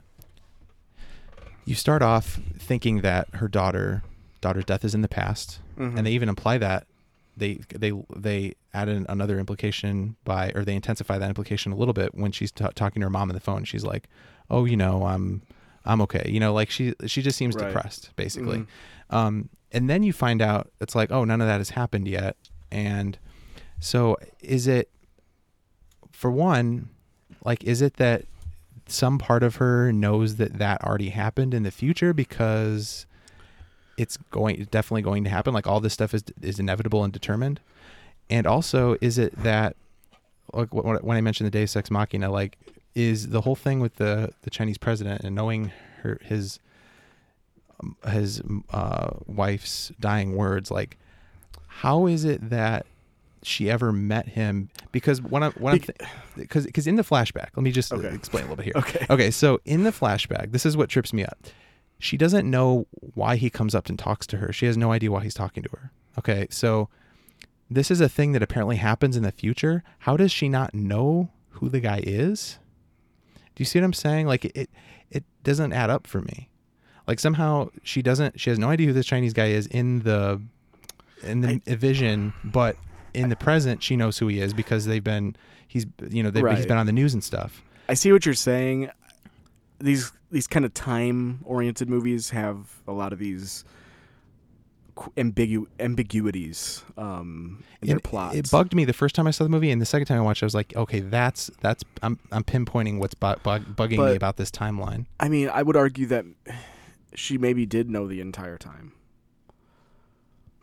you start off thinking that her daughter daughter's death is in the past and they even imply that they they they add in another implication by or they intensify that implication a little bit when she's ta talking to her mom on the phone she's like oh you know i'm i'm okay you know like she she just seems Right. depressed basically um and then you find out it's like oh none of that has happened yet and so is it for one like is it that some part of her knows that that already happened in the future because it's going it's definitely going to happen like all this stuff is is inevitable and determined and also is it that like wh- when i mentioned the deus ex machina like is the whole thing with the the chinese president and knowing her his um, his uh, wife's dying words like how is it that she ever met him because when i when Bec- i because because in the flashback let me just uh, Okay. explain a little bit here Okay. okay so in the flashback this is what trips me up she doesn't know why he comes up and talks to her she has no idea why he's talking to her okay so this is a thing that apparently happens in the future how does she not know who the guy is do you see what i'm saying like it it doesn't add up for me like somehow she doesn't she has no idea who this chinese guy is in the in the vision but in the present she knows who he is because they've been he's you know they've, he's Right. been on the news and stuff I see what you're saying. These these kind of time oriented movies have a lot of these qu- ambigu- ambiguities um, in their it, plots. It bugged me the first time I saw the movie, and the second time I watched, it, I was like, okay, that's that's I'm I'm pinpointing what's bu- bug, bugging But- me about this timeline. I mean, I would argue that she maybe did know the entire time,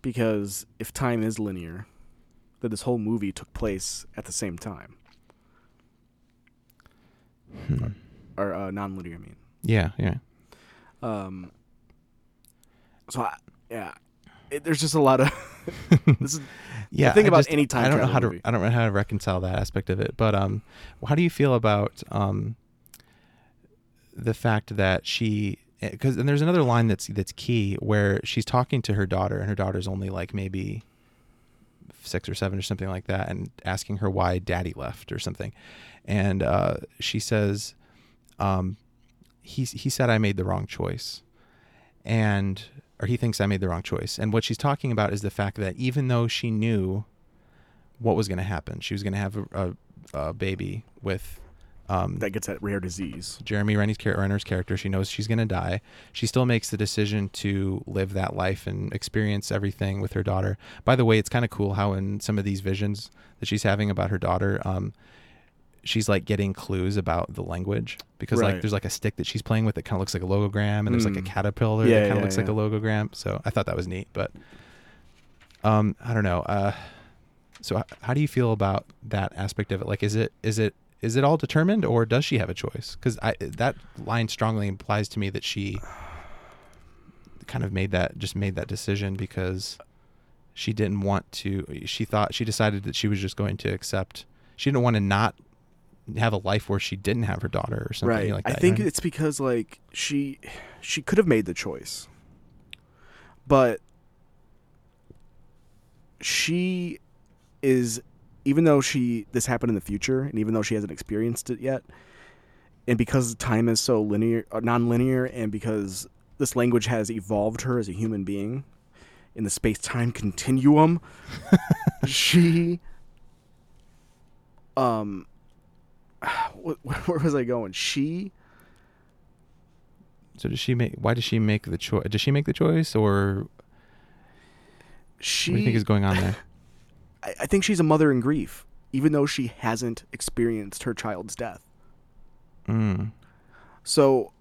because if time is linear, that this whole movie took place at the same time, or uh, non-linear. I mean, Yeah, yeah, Um, so I, yeah, it, there's just a lot of this is yeah. thing I about just- any time I don't know travel how to movie. I don't know how to reconcile that aspect of it. But um, how do you feel about um, the fact that she because and there's another line that's that's key where she's talking to her daughter and her daughter's only like maybe six or seven or something like that and asking her why daddy left or something and uh, she says um, he, he said i made the wrong choice and or he thinks i made the wrong choice and what she's talking about is the fact that even though she knew what was going to happen she was going to have a, a, a baby with um, that gets that rare disease. Jeremy Renner's, char- Renner's character, she knows she's going to die. She still makes the decision to live that life and experience everything with her daughter. By the way, it's kind of cool how in some of these visions that she's having about her daughter, um, she's like getting clues about the language because Right. like there's like a stick that she's playing with that kind of looks like a logogram, and there's like a Mm. caterpillar Yeah, that kind of yeah, looks like yeah. a logogram. So I thought that was neat, but um, I don't know. Uh, so h- how do you feel about that aspect of it? Like, is it is it is it all determined, or does she have a choice? Because I that line strongly implies to me that she kind of made that just made that decision because she didn't want to. She thought she decided that she was just going to accept. She didn't want to not have a life where she didn't have her daughter or something right. like that. I you think know? it's because like she she could have made the choice. But she is even though she this happened in the future and even though she hasn't experienced it yet and because time is so linear uh, non-linear and because this language has evolved her as a human being in the space-time continuum she um wh- wh- where was I going? She so does she make? Why does she make the choice? Does she make the choice, or she what do you think is going on there? I, I think she's a mother in grief, even though she hasn't experienced her child's death. Mm. So,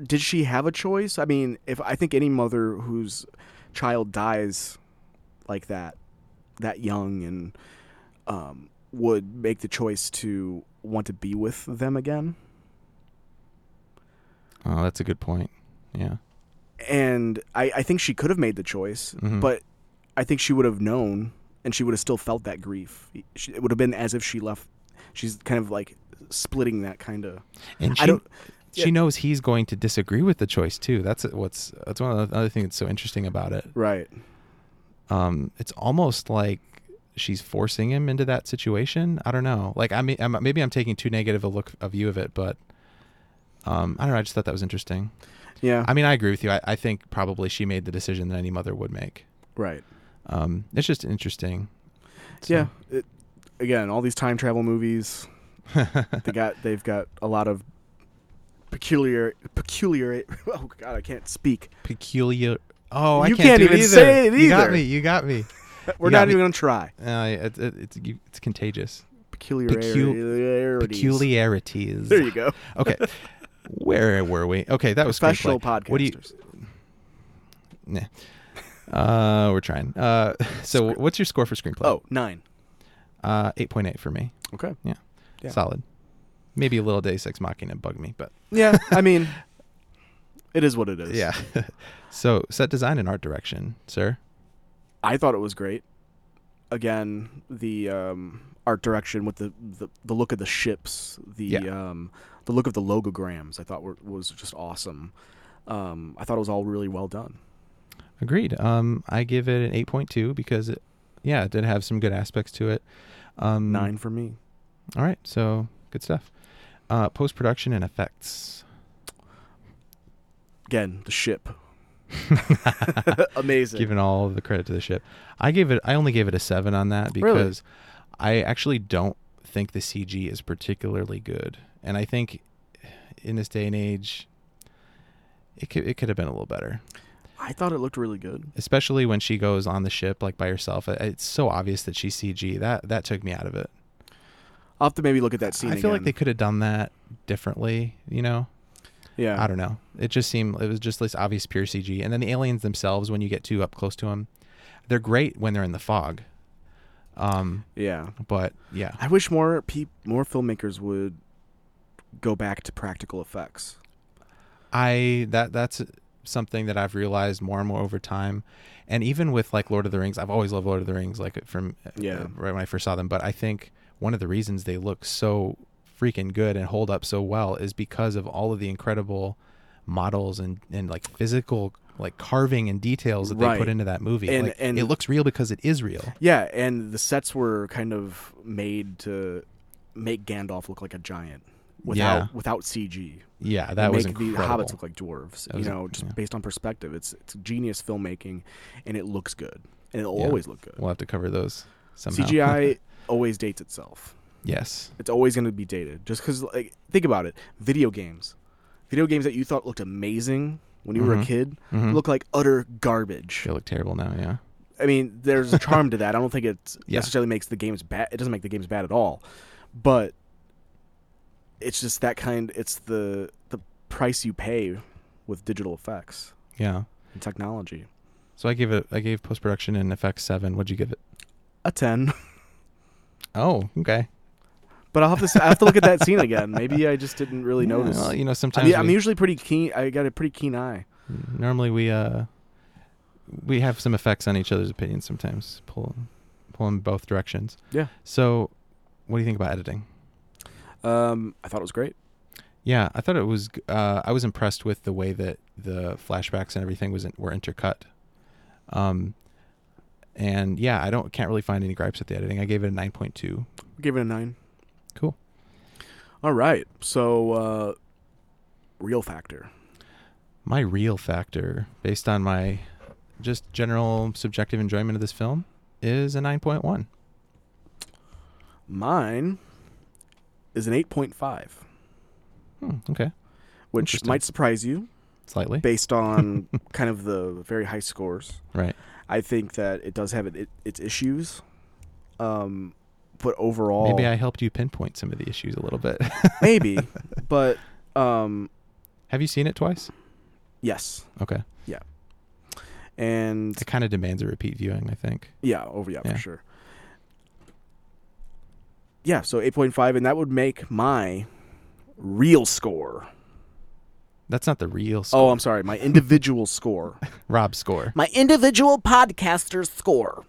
did she have a choice? I mean, if I think any mother whose child dies like that, that young, and um, would make the choice to want to be with them again. Oh, that's a good point. Yeah. and I, I think she could have made the choice, Mhm. but I think she would have known, and she would have still felt that grief. She, it would have been as if she left. She's kind of like splitting that kind of. And she, I don't. she yeah. knows he's going to disagree with the choice too. That's what's that's one of the other thing that's so interesting about it. Right. Um, it's almost like she's forcing him into that situation. I don't know. Like I mean, I'm, maybe I'm taking too negative a look a view of it, but um, I don't know. I just thought that was interesting. Yeah. I mean, I agree with you. I, I think probably she made the decision that any mother would make. right. Um, it's just interesting. So- Yeah. It, again, all these time travel movies, they got they've got a lot of peculiar peculiar. Oh God, I can't speak. Peculiar. Oh, I You can't, can't do even either. say it You got either. me. You got me. We're Yeah, not I mean- even gonna try. Uh, it, it, it's you- it's contagious. Peculiar. Peculiarities. There you go. okay. Where were we? Okay, that was Professional screenplay. podcasters. What do you? Nah. Uh, we're trying. Uh, so Screw- what's your score for screenplay? Oh, nine. uh, eight point eight for me. Okay. Yeah. Yeah. solid. Maybe a little Deus Ex Machina bugged me, but Yeah, I mean, it is what it is. yeah. so set design and art direction, sir. I thought it was great. Again, the um, art direction with the, the the look of the ships, the Yeah. um, the look of the logograms, I thought were, was just awesome. Um, I thought it was all really well done. Agreed. Um, I give it an eight point two because it, yeah, it did have some good aspects to it. Um, Nine for me. All right, so good stuff. Uh, Post production and effects. Again, the ship. Amazing. Giving all the credit to the ship. I gave it. I only gave it a seven on that Really? because I actually don't think the CG is particularly good, and I think in this day and age, it could it could have been a little better. I thought it looked really good. Especially when she goes on the ship like by herself. I- It's so obvious that she's CG. That that took me out of it. I'll have to maybe look at that scene I feel like they again. could have done that differently. You know. yeah. I don't know. It just seemed it was just this obvious pure CG. And then the aliens themselves, when you get too up close to them, they're great when they're in the fog. Um, yeah. but yeah, I wish more peop- more filmmakers would go back to practical effects. I that that's something that I've realized more and more over time. And even with like Lord of the Rings, I've always loved Lord of the Rings, like from uh, Yeah. right when I first saw them. But I think one of the reasons they look so freaking good and hold up so well is because of all of the incredible models and and like physical like carving and details that they Right. put into that movie. And- like, and- it looks real because it is real. Yeah, and the sets were kind of made to make Gandalf look like a giant without Yeah. without CG. Yeah, that was make incredible. the hobbits look like dwarves. was You a- know, just yeah. based on perspective, it's it's genius filmmaking, and it looks good, and it'll Yeah. always look good. we'll have to cover those somehow. CGI always dates itself. yes. It's always going to be dated. Just because, like, think about it. Video games, video games that you thought looked amazing when you were a Mhm. kid, Mhm. look like utter garbage. They look terrible now. Yeah. I mean, there's a charm to that. I don't think it Yeah. necessarily makes the games bad. It doesn't make the games bad at all, but it's just that kind. It's the the price you pay with digital effects Yeah. and technology. So I gave it. I gave post production and effects seven. What'd you give it? A ten, Oh, okay. but I'll have to s- I have to look at that scene again. Maybe I just didn't really Yeah, notice. well, you know, sometimes I mean, I'm we- usually pretty keen. I got a pretty keen eye. normally we uh we have some effects on each other's opinions sometimes. Pull pull in both directions. Yeah. So, what do you think about editing? Um, I thought it was great. Yeah, I thought it was. g- Uh, I was impressed with the way that the flashbacks and everything was in, were intercut. Um, and yeah, I don't can't really find any gripes with the editing. I gave it a nine point two. Give it a nine. Cool. All right. So, uh, real factor. My real factor, based on my just general subjective enjoyment of this film, is a nine point one. Mine is an eight point five. Hmm, okay, which Interesting. might surprise you slightly based on kind of the very high scores. right. I think that it does have it, it, its issues, um, but overall, Maybe I helped you pinpoint some of the issues a little bit. maybe, but um, Have you seen it twice? yes, Okay, and it kind of demands a repeat viewing. I think. yeah, over yeah, Yeah. for sure. Yeah, so eight point five, and that would make my real score. That's not the real score. Oh, I'm sorry, my individual score, Rob's score. my individual podcaster score.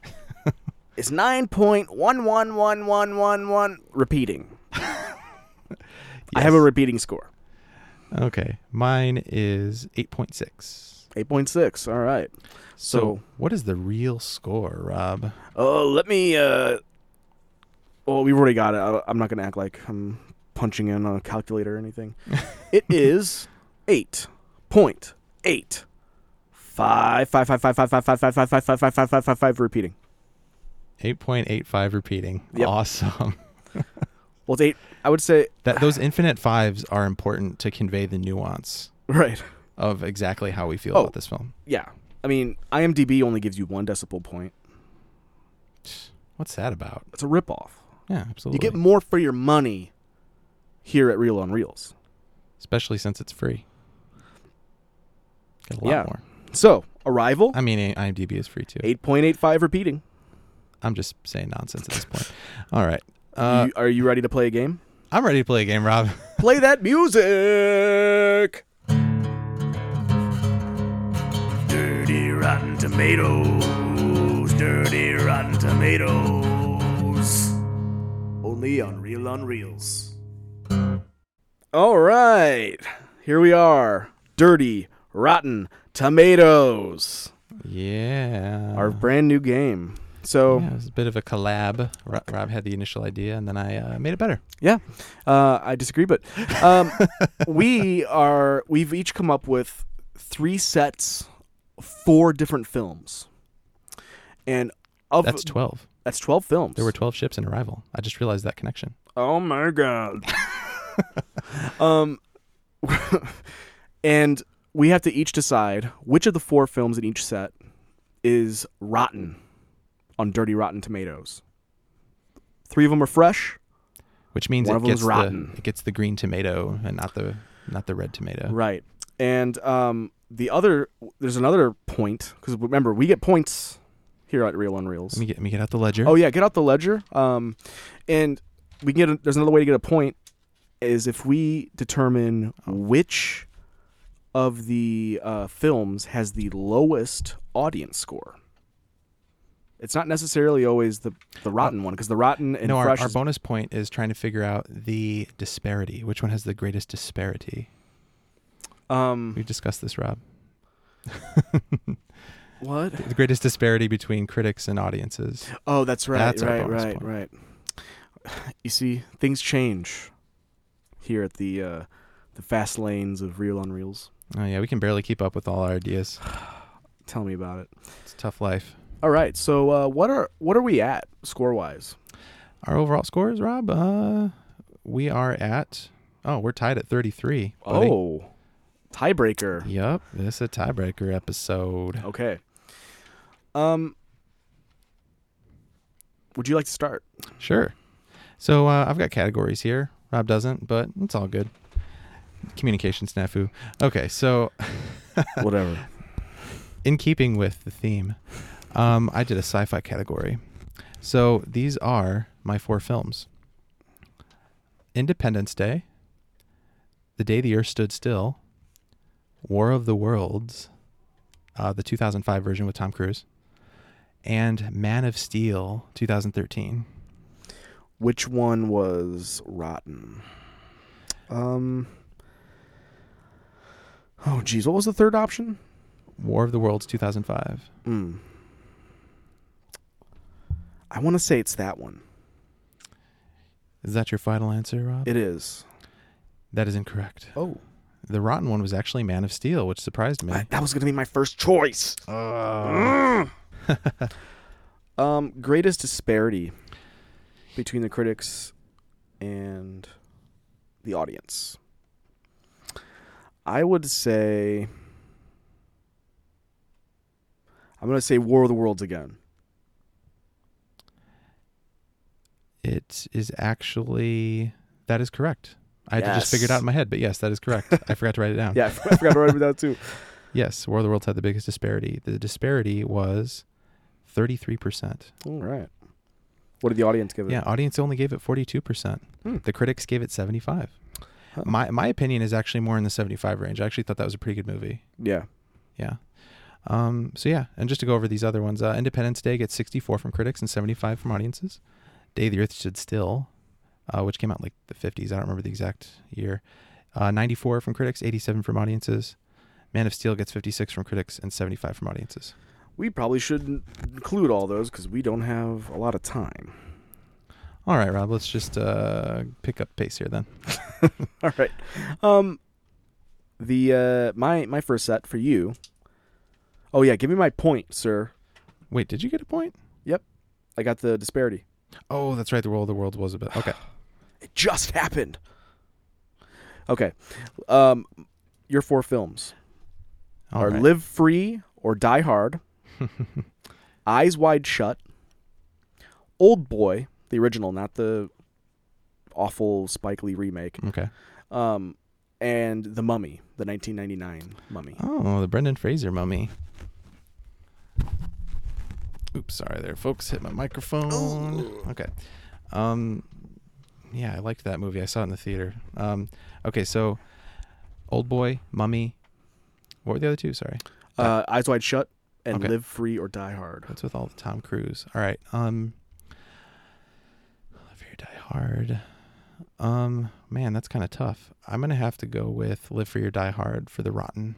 is nine point one one one one one one repeating. I have a Yes. repeating score. Okay, mine is 8.6. 8.6. All right. So, So- what is the real score, Rob? Oh, let me uh Well, we've already got it. I- I'm not going to act like I'm punching in on a calculator or anything. it is 8.8 Five, five, five, five, five, five, five, five, five, five, five, five, five, five, five, five, repeating. 8.85 repeating. Yep. Awesome. Well, it's eight. I would say, That those infinite fives are important to convey the nuance right. of exactly how we feel Oh. about this film. Yeah. I mean, IMDb only gives you one decibel point. What's that about? It's a ripoff. Yeah, You absolutely. get more for your money here at Reel on Reels. Especially since it's free. Get a lot Yeah. more. So, Arrival, I mean, IMDb is free too. 8.85 repeating. I'm just saying nonsense at this point. All right. Uh, You- are you ready to play a game? I'm ready to play a game, Rob. Play that music. Dirty Rotten Tomatoes. Dirty Rotten Tomatoes. Only on Real on Reels. All right. Here we are. Dirty, rotten tomatoes. yeah. Our brand new game. So, Yeah, it was a bit of a collab. Ro- Rob had the initial idea, and then I uh, made it better. yeah, uh, I disagree, but um, we are we've each come up with three sets, four different films, and of That's 12. that's twelve films. There were 12 ships in Arrival. I just realized that connection. Oh my god. um and we have to each decide which of the four films in each set is rotten on Dirty Rotten Tomatoes. Three of them are fresh. Which means One it of 'em's gets, rotten. The, it gets the green tomato and not the not the red tomato. Right. And um the other there's another point cuz remember we get points here at Real on Reels. Let me get, let me get out the ledger. Oh yeah, get out the ledger. Um, and we can get a, there's another way to get a point is if we determine which of the uh, films has the lowest audience score. It's not necessarily always the the rotten one because the rotten and Uh, no, our, fresh. our is- bonus point is trying to figure out the disparity. Which one has the greatest disparity? um, We've discussed this, Rob. what? The greatest disparity between critics and audiences. Oh, that's right, That's our right, bonus right, point. right. You see, things change here at the uh, the fast lanes of reel on reels. Oh yeah, we can barely keep up with all our ideas. Tell me about it. It's a tough life. All right, so uh, what are what are we at score wise? Our overall scores, Rob. Uh, we are at. Oh, we're tied at 33. buddy. Oh, tiebreaker. Yep, this is a tiebreaker episode. Okay. Um, would you like to start? Sure. So uh, I've got categories here. Rob doesn't, but it's all good. Communication snafu. Okay, so Whatever. in keeping with the theme, um, I did a sci-fi category. So these are my four films: Independence Day, The Day the Earth Stood Still, War of the Worlds, uh, the 2005 version with Tom Cruise, and Man of Steel 2013. Which one was rotten? Um. Oh, geez, what was the third option? War of the Worlds 2005. Mm. I want to say it's that one. Is that your final answer, Rob? It is. that is incorrect. Oh, The rotten one was actually Man of Steel, which surprised me. that was going to be my first choice. Mm. um, greatest disparity between the critics and the audience. I would say I'm going to say War of the Worlds again. It is actually that is correct. I had to just figure it Yes. out in my head, but yes, that is correct. I forgot to write it down. Yeah, I forgot to write that too. Yes, War of the Worlds had the biggest disparity. The disparity was 33%. All right. What did the audience give it? Yeah, audience only gave it 42%. Hmm. The critics gave it 75. Huh. My my opinion is actually more in the 75 range. I actually thought that was a pretty good movie. Yeah. Yeah. Um, so yeah, and just to go over these other ones, uh, Independence Day gets 64 from critics and 75 from audiences. Day the Earth Stood Still, uh, which came out like the 50s. I don't remember the exact year. Uh, 94 from critics, 87 from audiences. Man of Steel gets 56 from critics and 75 from audiences. We probably should include all those because we don't have a lot of time. All right, Rob, let's just uh, pick up pace here then. All right. Um, the uh, my my first set for you. Oh yeah, give me my point, sir. Wait, did you get a point? I got the disparity. Oh, that's right. The World of the Worlds was a bit. Okay. It just happened. Okay. Um, your four films All are right. Live Free or Die Hard, Eyes Wide Shut, Old Boy, the original, not the awful Spike Lee remake. Okay. um, and the Mummy, the 1999 Mummy. Oh, the Brendan Fraser mummy. Oops, sorry there, folks. Hit my microphone. Okay. Um, yeah, I liked that movie. I saw it in the theater. Um, okay, so Old Boy, Mummy. What were the other two? Sorry, Uh, Eyes Wide Shut and Okay. Live Free or Die Hard. what's with all the Tom Cruise? All right. Um, Live Free or Die Hard. Um, man, that's kind of tough. I'm gonna have to go with Live Free or Die Hard for the Rotten.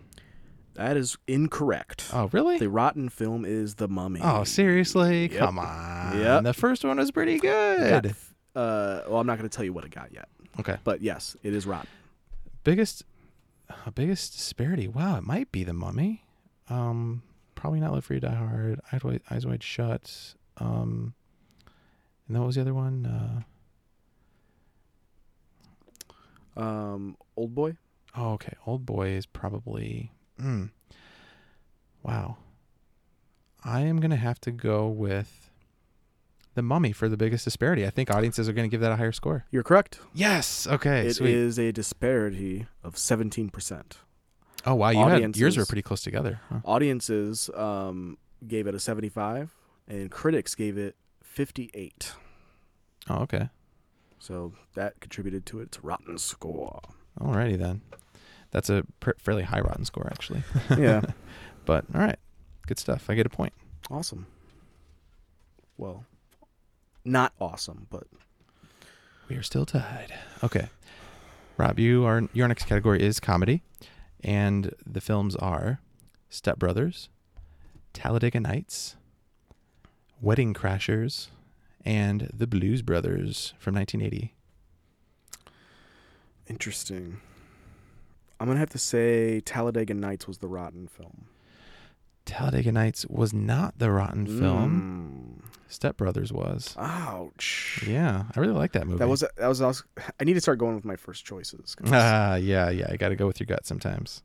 That is incorrect. Oh, really? The rotten film is The Mummy. Oh, seriously? Yep. Come on. Yep. The first one was pretty It got, good. uh, well, I'm not going to tell you what it got yet, Okay. but yes, it is rotten. Biggest uh, biggest disparity. Wow, it might be the mummy. Um probably not Live Free or Die Hard. Eyes Wide, Eyes Wide Shut. Um and then what was the other one? Uh Um, Old Boy. oh okay. Old Boy is probably mm. Wow. I am gonna have to go with the mummy for the biggest disparity. I think audiences are gonna give that a higher score. You're correct. Yes. Okay. It is sweet. a disparity of 17%. Oh wow, you had yours were audiences. pretty close together. huh? Audiences um, gave it a 75, and critics gave it 58. Oh okay. So that contributed to its rotten score. Alrighty then. That's a pr- fairly high rotten score actually. Yeah. but all right, good stuff. I get a point. Awesome. well, not awesome, but We are still tied. Okay. Rob, you are your next category is comedy, and the films are Step Brothers, Talladega Nights, Wedding Crashers, and The Blues Brothers from 1980. interesting. I'm gonna have to say Talladega Nights was the rotten film. Talladega Nights was not the rotten film. Step Brothers was. Mm. Ouch. Yeah, I really like that movie. That was that was also, I need to start going with my first choices. 'cause Ah, yeah, yeah. I got to go with your gut sometimes.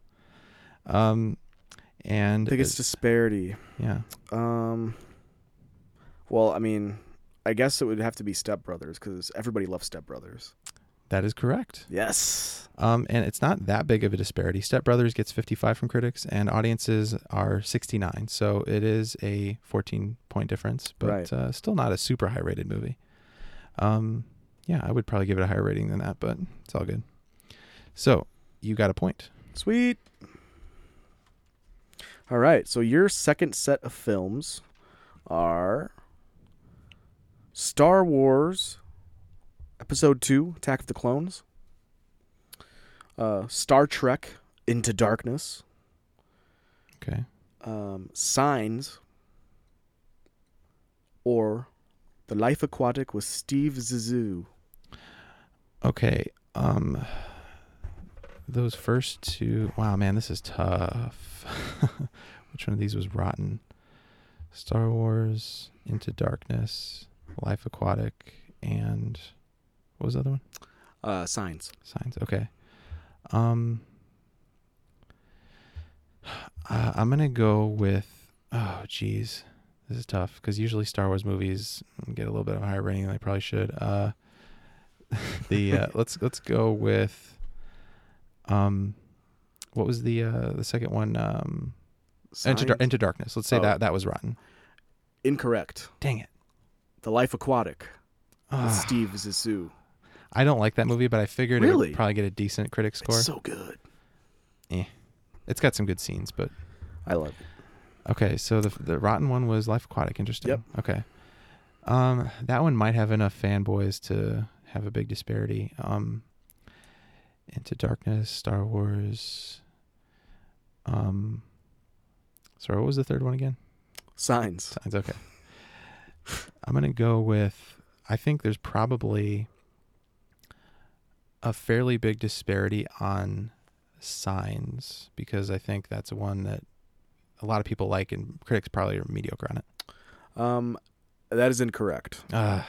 Um, and biggest disparity. yeah, Um. Well, I mean, I guess it would have to be Step Brothers because everybody loves Step Brothers. that is correct. Yes. Um, and it's not that big of a disparity. Step Brothers gets 55 from critics, and audiences are 69. So it is a 14 point difference, but Right. uh, still not a super high rated movie. Um, yeah, I would probably give it a higher rating than that, but it's all good. So you got a point. Sweet. All right. So your second set of films are Star Wars Episode 2 Attack of the Clones, uh, Star Trek Into Darkness, Okay. um, Signs, or The Life Aquatic with Steve Zissou. Okay. Um, those first two. Wow, man, this is tough. Which one of these was rotten? Star Wars, Into Darkness, Life Aquatic, and what was the other one? Uh, signs. Signs. Okay. Um, uh, I'm gonna go with. Oh, geez, this is tough because usually Star Wars movies get a little bit of a higher rating than they probably should. Uh, the uh, let's let's go with. Um, what was the uh the second one? Um, signs? Into, Dar- Into Darkness. Let's say Oh. that that was rotten. Incorrect. Dang it. The Life Aquatic with Ah, Steve Zissou. I don't like that movie, but I figured it Really? would probably get a decent critic score. It's so good. it's got some good scenes, but I love it. Okay, so the the rotten one was Life Aquatic. Interesting. Yep. Okay. Um, that one might have enough fanboys to have a big disparity. Um, Into Darkness, Star Wars. Um, sorry, what was the third one again? Signs. Signs. Okay. I'm gonna go with. I think there's probably a fairly big disparity on signs because I think that's one that a lot of people like and critics probably are mediocre on it. Um, that is incorrect. Uh,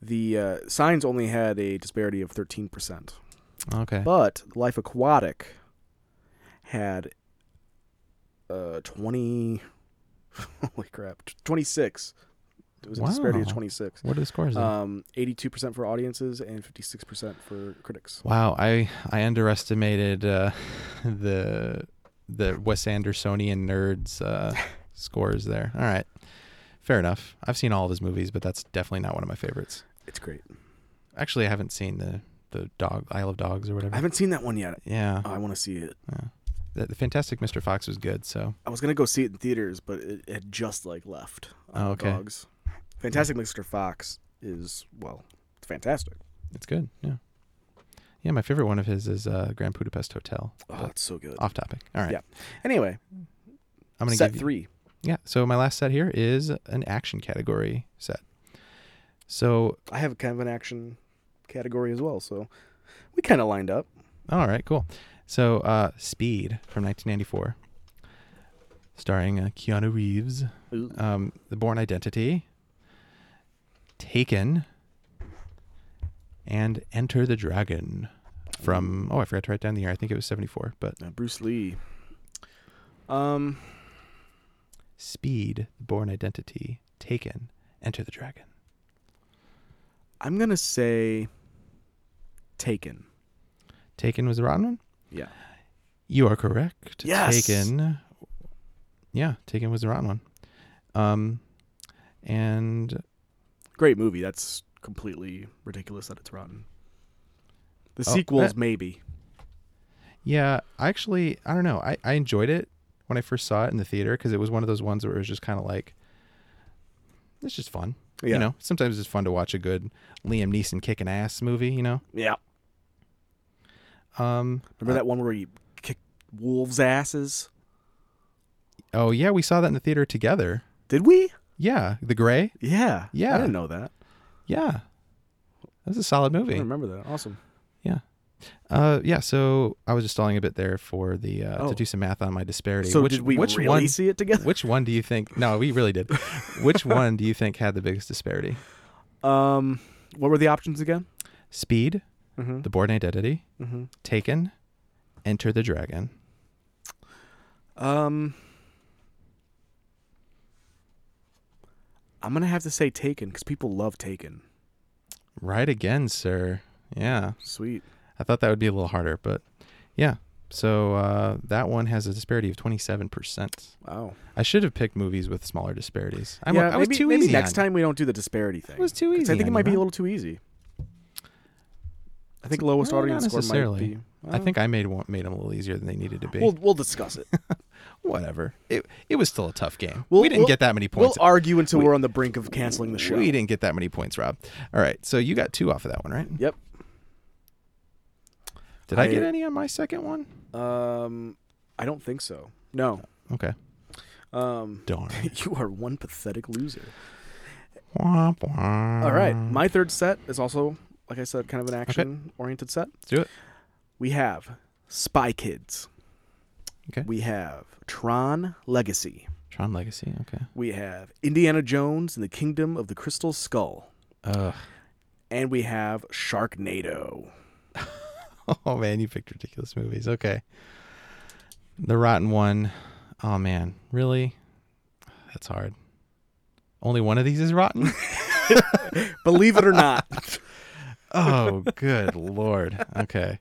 The uh, signs only had a disparity of thirteen percent, okay. but Life Aquatic had uh twenty. Holy crap! Twenty six. It was a disparity of Wow. twenty six. What are the scores? then? Um, eighty-two percent for audiences and fifty-six percent for critics. wow, I I underestimated uh, the the Wes Andersonian nerds uh, scores there. All right, fair enough. I've seen all of his movies, but that's definitely not one of my favorites. It's great. Actually, I haven't seen the the dog Isle of Dogs or I whatever. haven't seen that one yet. yeah, Oh, I want to see it. yeah. The, the Fantastic Mr. Fox was good. So I was gonna go see it in theaters, but it, it had just like left. on Oh, okay. Dogs. Fantastic Mr. Fox is well, it's fantastic. it's good. Yeah, yeah. My favorite one of his is uh, Grand Budapest Hotel. Oh, it's so good. Off topic. All right, Yeah. Anyway, Uh, I'm gonna set give you- three. Yeah. So my last set here is an action category set. So I have kind of an action category as well, so we kind of lined up. all right, cool. So uh, Speed from 1994, starring uh, Keanu Reeves, Ooh. um, The Born Identity, Taken, and Enter the Dragon from oh I forgot to write down the year. I think it was 74, but Now, Bruce Lee. Um, Speed, The Born Identity, Taken, Enter the Dragon. I'm gonna say Taken. Taken was the rotten one. Yeah. You are correct. Yes. Taken. Yeah, Taken was the rotten one. Um, and Great movie. That's completely ridiculous that it's rotten. The Oh, sequels, that- maybe. yeah, I actually I don't know. I I enjoyed it when I first saw it in the theater because it was one of those ones where it was just kind of like it's just fun. Yeah. You know, sometimes it's fun to watch a good Liam Neeson kicking ass movie. You know, Yeah. um, Remember that one where he kicked wolves' asses? oh yeah, we saw that in the theater together. Did we? Yeah, The Gray. Yeah. Yeah. I didn't know that. Yeah, that's a solid I movie. don't remember that. Awesome. Yeah. Uh, yeah. So I was just stalling a bit there for the uh, Oh. to do some math on my disparity. So which, did we which really one, see it together? Which one do you think? No, we really did. which one do you think had the biggest disparity? Um, what were the options again? Speed, Mhm. The Born Identity, Mhm. Taken, Enter the Dragon. Um, I'm gonna have to say Taken because people love Taken. Right again, sir. Yeah, Sweet. I thought that would be a little harder, but yeah. So uh, that one has a disparity of twenty-seven percent. Wow. I should have picked movies with smaller disparities. I'm, yeah, I was maybe, too maybe easy. next on- time we don't do the disparity thing. was too 'Cause easy I think it on might you, be a huh? little too easy. I think lowest no, audience not score might necessarily. be. I think I made one, made them a little easier than they needed to be. uh, we'll we'll discuss it. Whatever. It, it was still a tough game. We'll, we did not we'll- get that many We'll points. argue until we, are on the brink of canceling the show. we didn't get that many points, Rob. All right. So you got two off of that one, right? Yep. Did I, get I- any on my second one? Um, I don't think so. No. Okay. Um, Darn. you are one pathetic loser. Womp womp. All right. My third set is also, like I said, kind of an action oriented set. Let's do it. We have Spy Kids. Okay. We have Tron Legacy. Tron Legacy. Okay. We have Indiana Jones and the Kingdom of the Crystal Skull. Ugh. And we have Sharknado. Oh man, you picked ridiculous movies. Okay. The Rotten One. Oh man, really? That's hard. Only one of these is rotten. Believe it or not. Oh, good lord. Okay.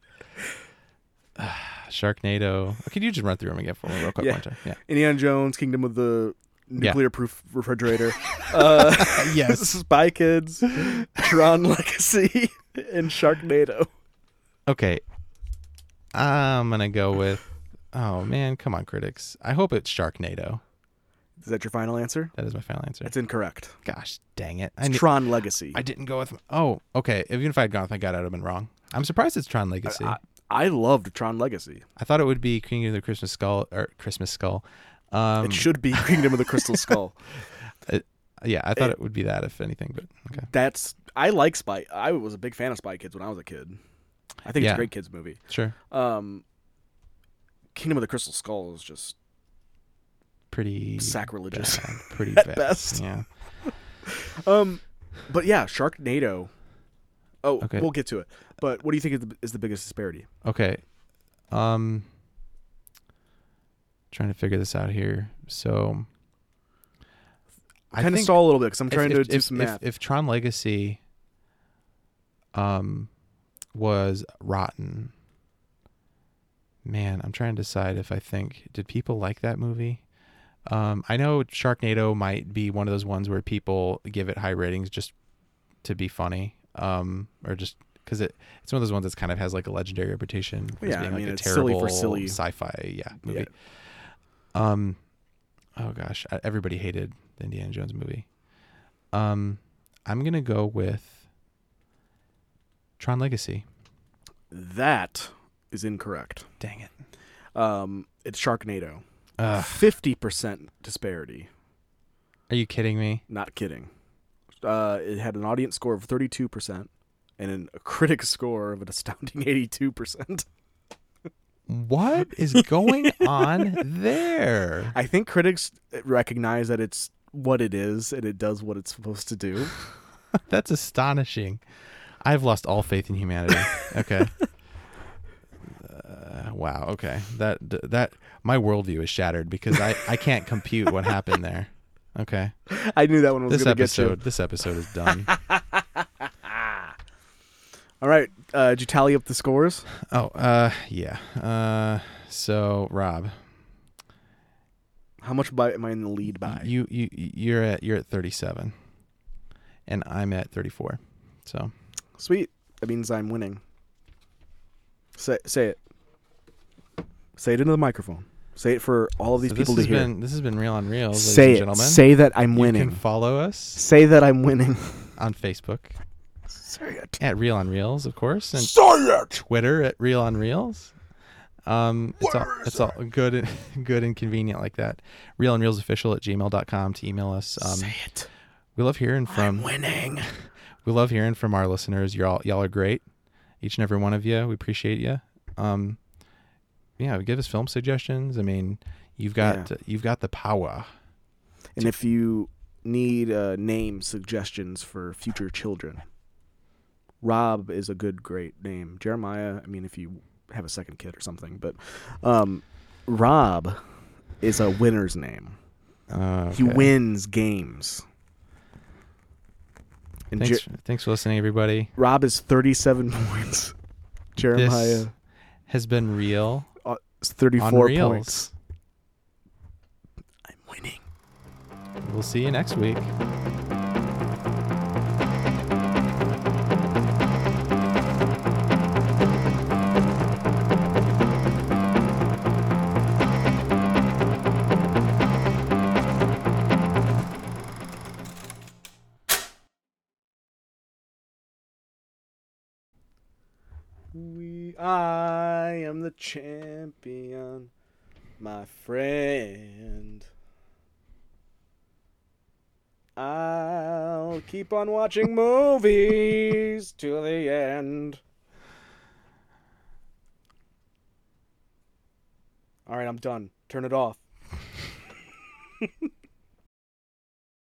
Sharknado. Could you just run through them again for me, real quick? Yeah. One time? yeah. Indiana Jones, Kingdom of the Yeah. Nuclear Proof Refrigerator. uh, Yes. Spy Kids, Tron Legacy, and Sharknado. Okay. I'm gonna go with. Oh man, come on, critics. I hope it's Sharknado. Is that your final answer? That is my final answer. That's incorrect. Gosh, dang it! I, It's knew- Tron Legacy. I didn't go with. Oh, okay. Even if I had gone with my gut, I'd have been wrong. I'm surprised it's Tron Legacy. I, I, I loved Tron Legacy. thought it would be King of the Christmas Skull or Christmas Skull. Um, It should be Kingdom of the Crystal Skull. yeah, I thought it, would be that if anything, but okay. That's I like Spy. I was a big fan of Spy Kids when I was a kid. I think it's Yeah. a great kids movie. Sure. Um, Kingdom of the Crystal Skull is just Pretty sacrilegious. bad, pretty At bad. best. Yeah. Um, but yeah, Sharknado. Oh, Okay. we'll get to it. But what do you think is the, is the biggest disparity? Okay. Um trying to figure this out here. So I Kind of think stall a little bit because I'm if- trying if, to do if- some if- math. if Tron Legacy um was rotten. Man, I'm trying to decide if I think did people like that movie? Um, I know Sharknado might be one of those ones where people give it high ratings just to be funny, um, or just because it it's one of those ones that's kind of has like a legendary reputation. as Yeah, I being mean, like a it's silly terrible for silly. sci-fi, yeah, Yeah. movie. Um, oh gosh, I- everybody hated the Indiana Jones movie. Um, I'm gonna go with Tron Legacy. That is incorrect. Dang it! Um, it's Sharknado. Ugh, Fifty percent disparity. are you kidding me? Not kidding. Uh, it had an audience score of 32% and an, a critic score of an astounding 82%. What is going on there? I think critics recognize that it's what it is and it does what it's supposed to do. That's astonishing. I've lost all faith in humanity. Okay. Uh, wow. Okay. That that my worldview is shattered because I I can't compute what happened there. Okay. I knew that one was This going to get you. episode this episode is done. All right. Uh, did you tally up the scores? oh. Uh. Yeah. Uh. So Rob, How much by, am I in the lead by? you you you're at you're at 37, and I'm at 34. So Sweet. That means I'm winning. Say, say it. Say it into the microphone. Say it for all of these So this people to has hear. been this has been real on real. ladies Say and it. gentlemen. Say that I'm You winning. can follow us Say that I'm winning. on Facebook Say it. at Real on Reels, of course, and Say it. Twitter at Real on Reels. Um, it's all Where is it's all good and good and convenient like that. Real on Reels official at gmail.com to email us. Um, Say it. we love hearing I'm from winning. we love hearing from our listeners. You're all y'all are great. Each and every one of you. We appreciate you. Um, yeah, give us film suggestions. I mean, you've got you've got the power. And if you need uh, name suggestions for future children, Rob is a good, great name. Jeremiah, I mean, if you have a second kid or something, but um, Rob is a winner's name. Uh, He okay. wins games. And Thanks, Jer- thanks for listening, everybody. Rob is 37 points. Jeremiah This has been real uh, is on 34 reels. points. I'm winning. We'll see you next week. We, I am the champion, my friend. I'll keep on watching movies till the end. All right, I'm done. Turn it off.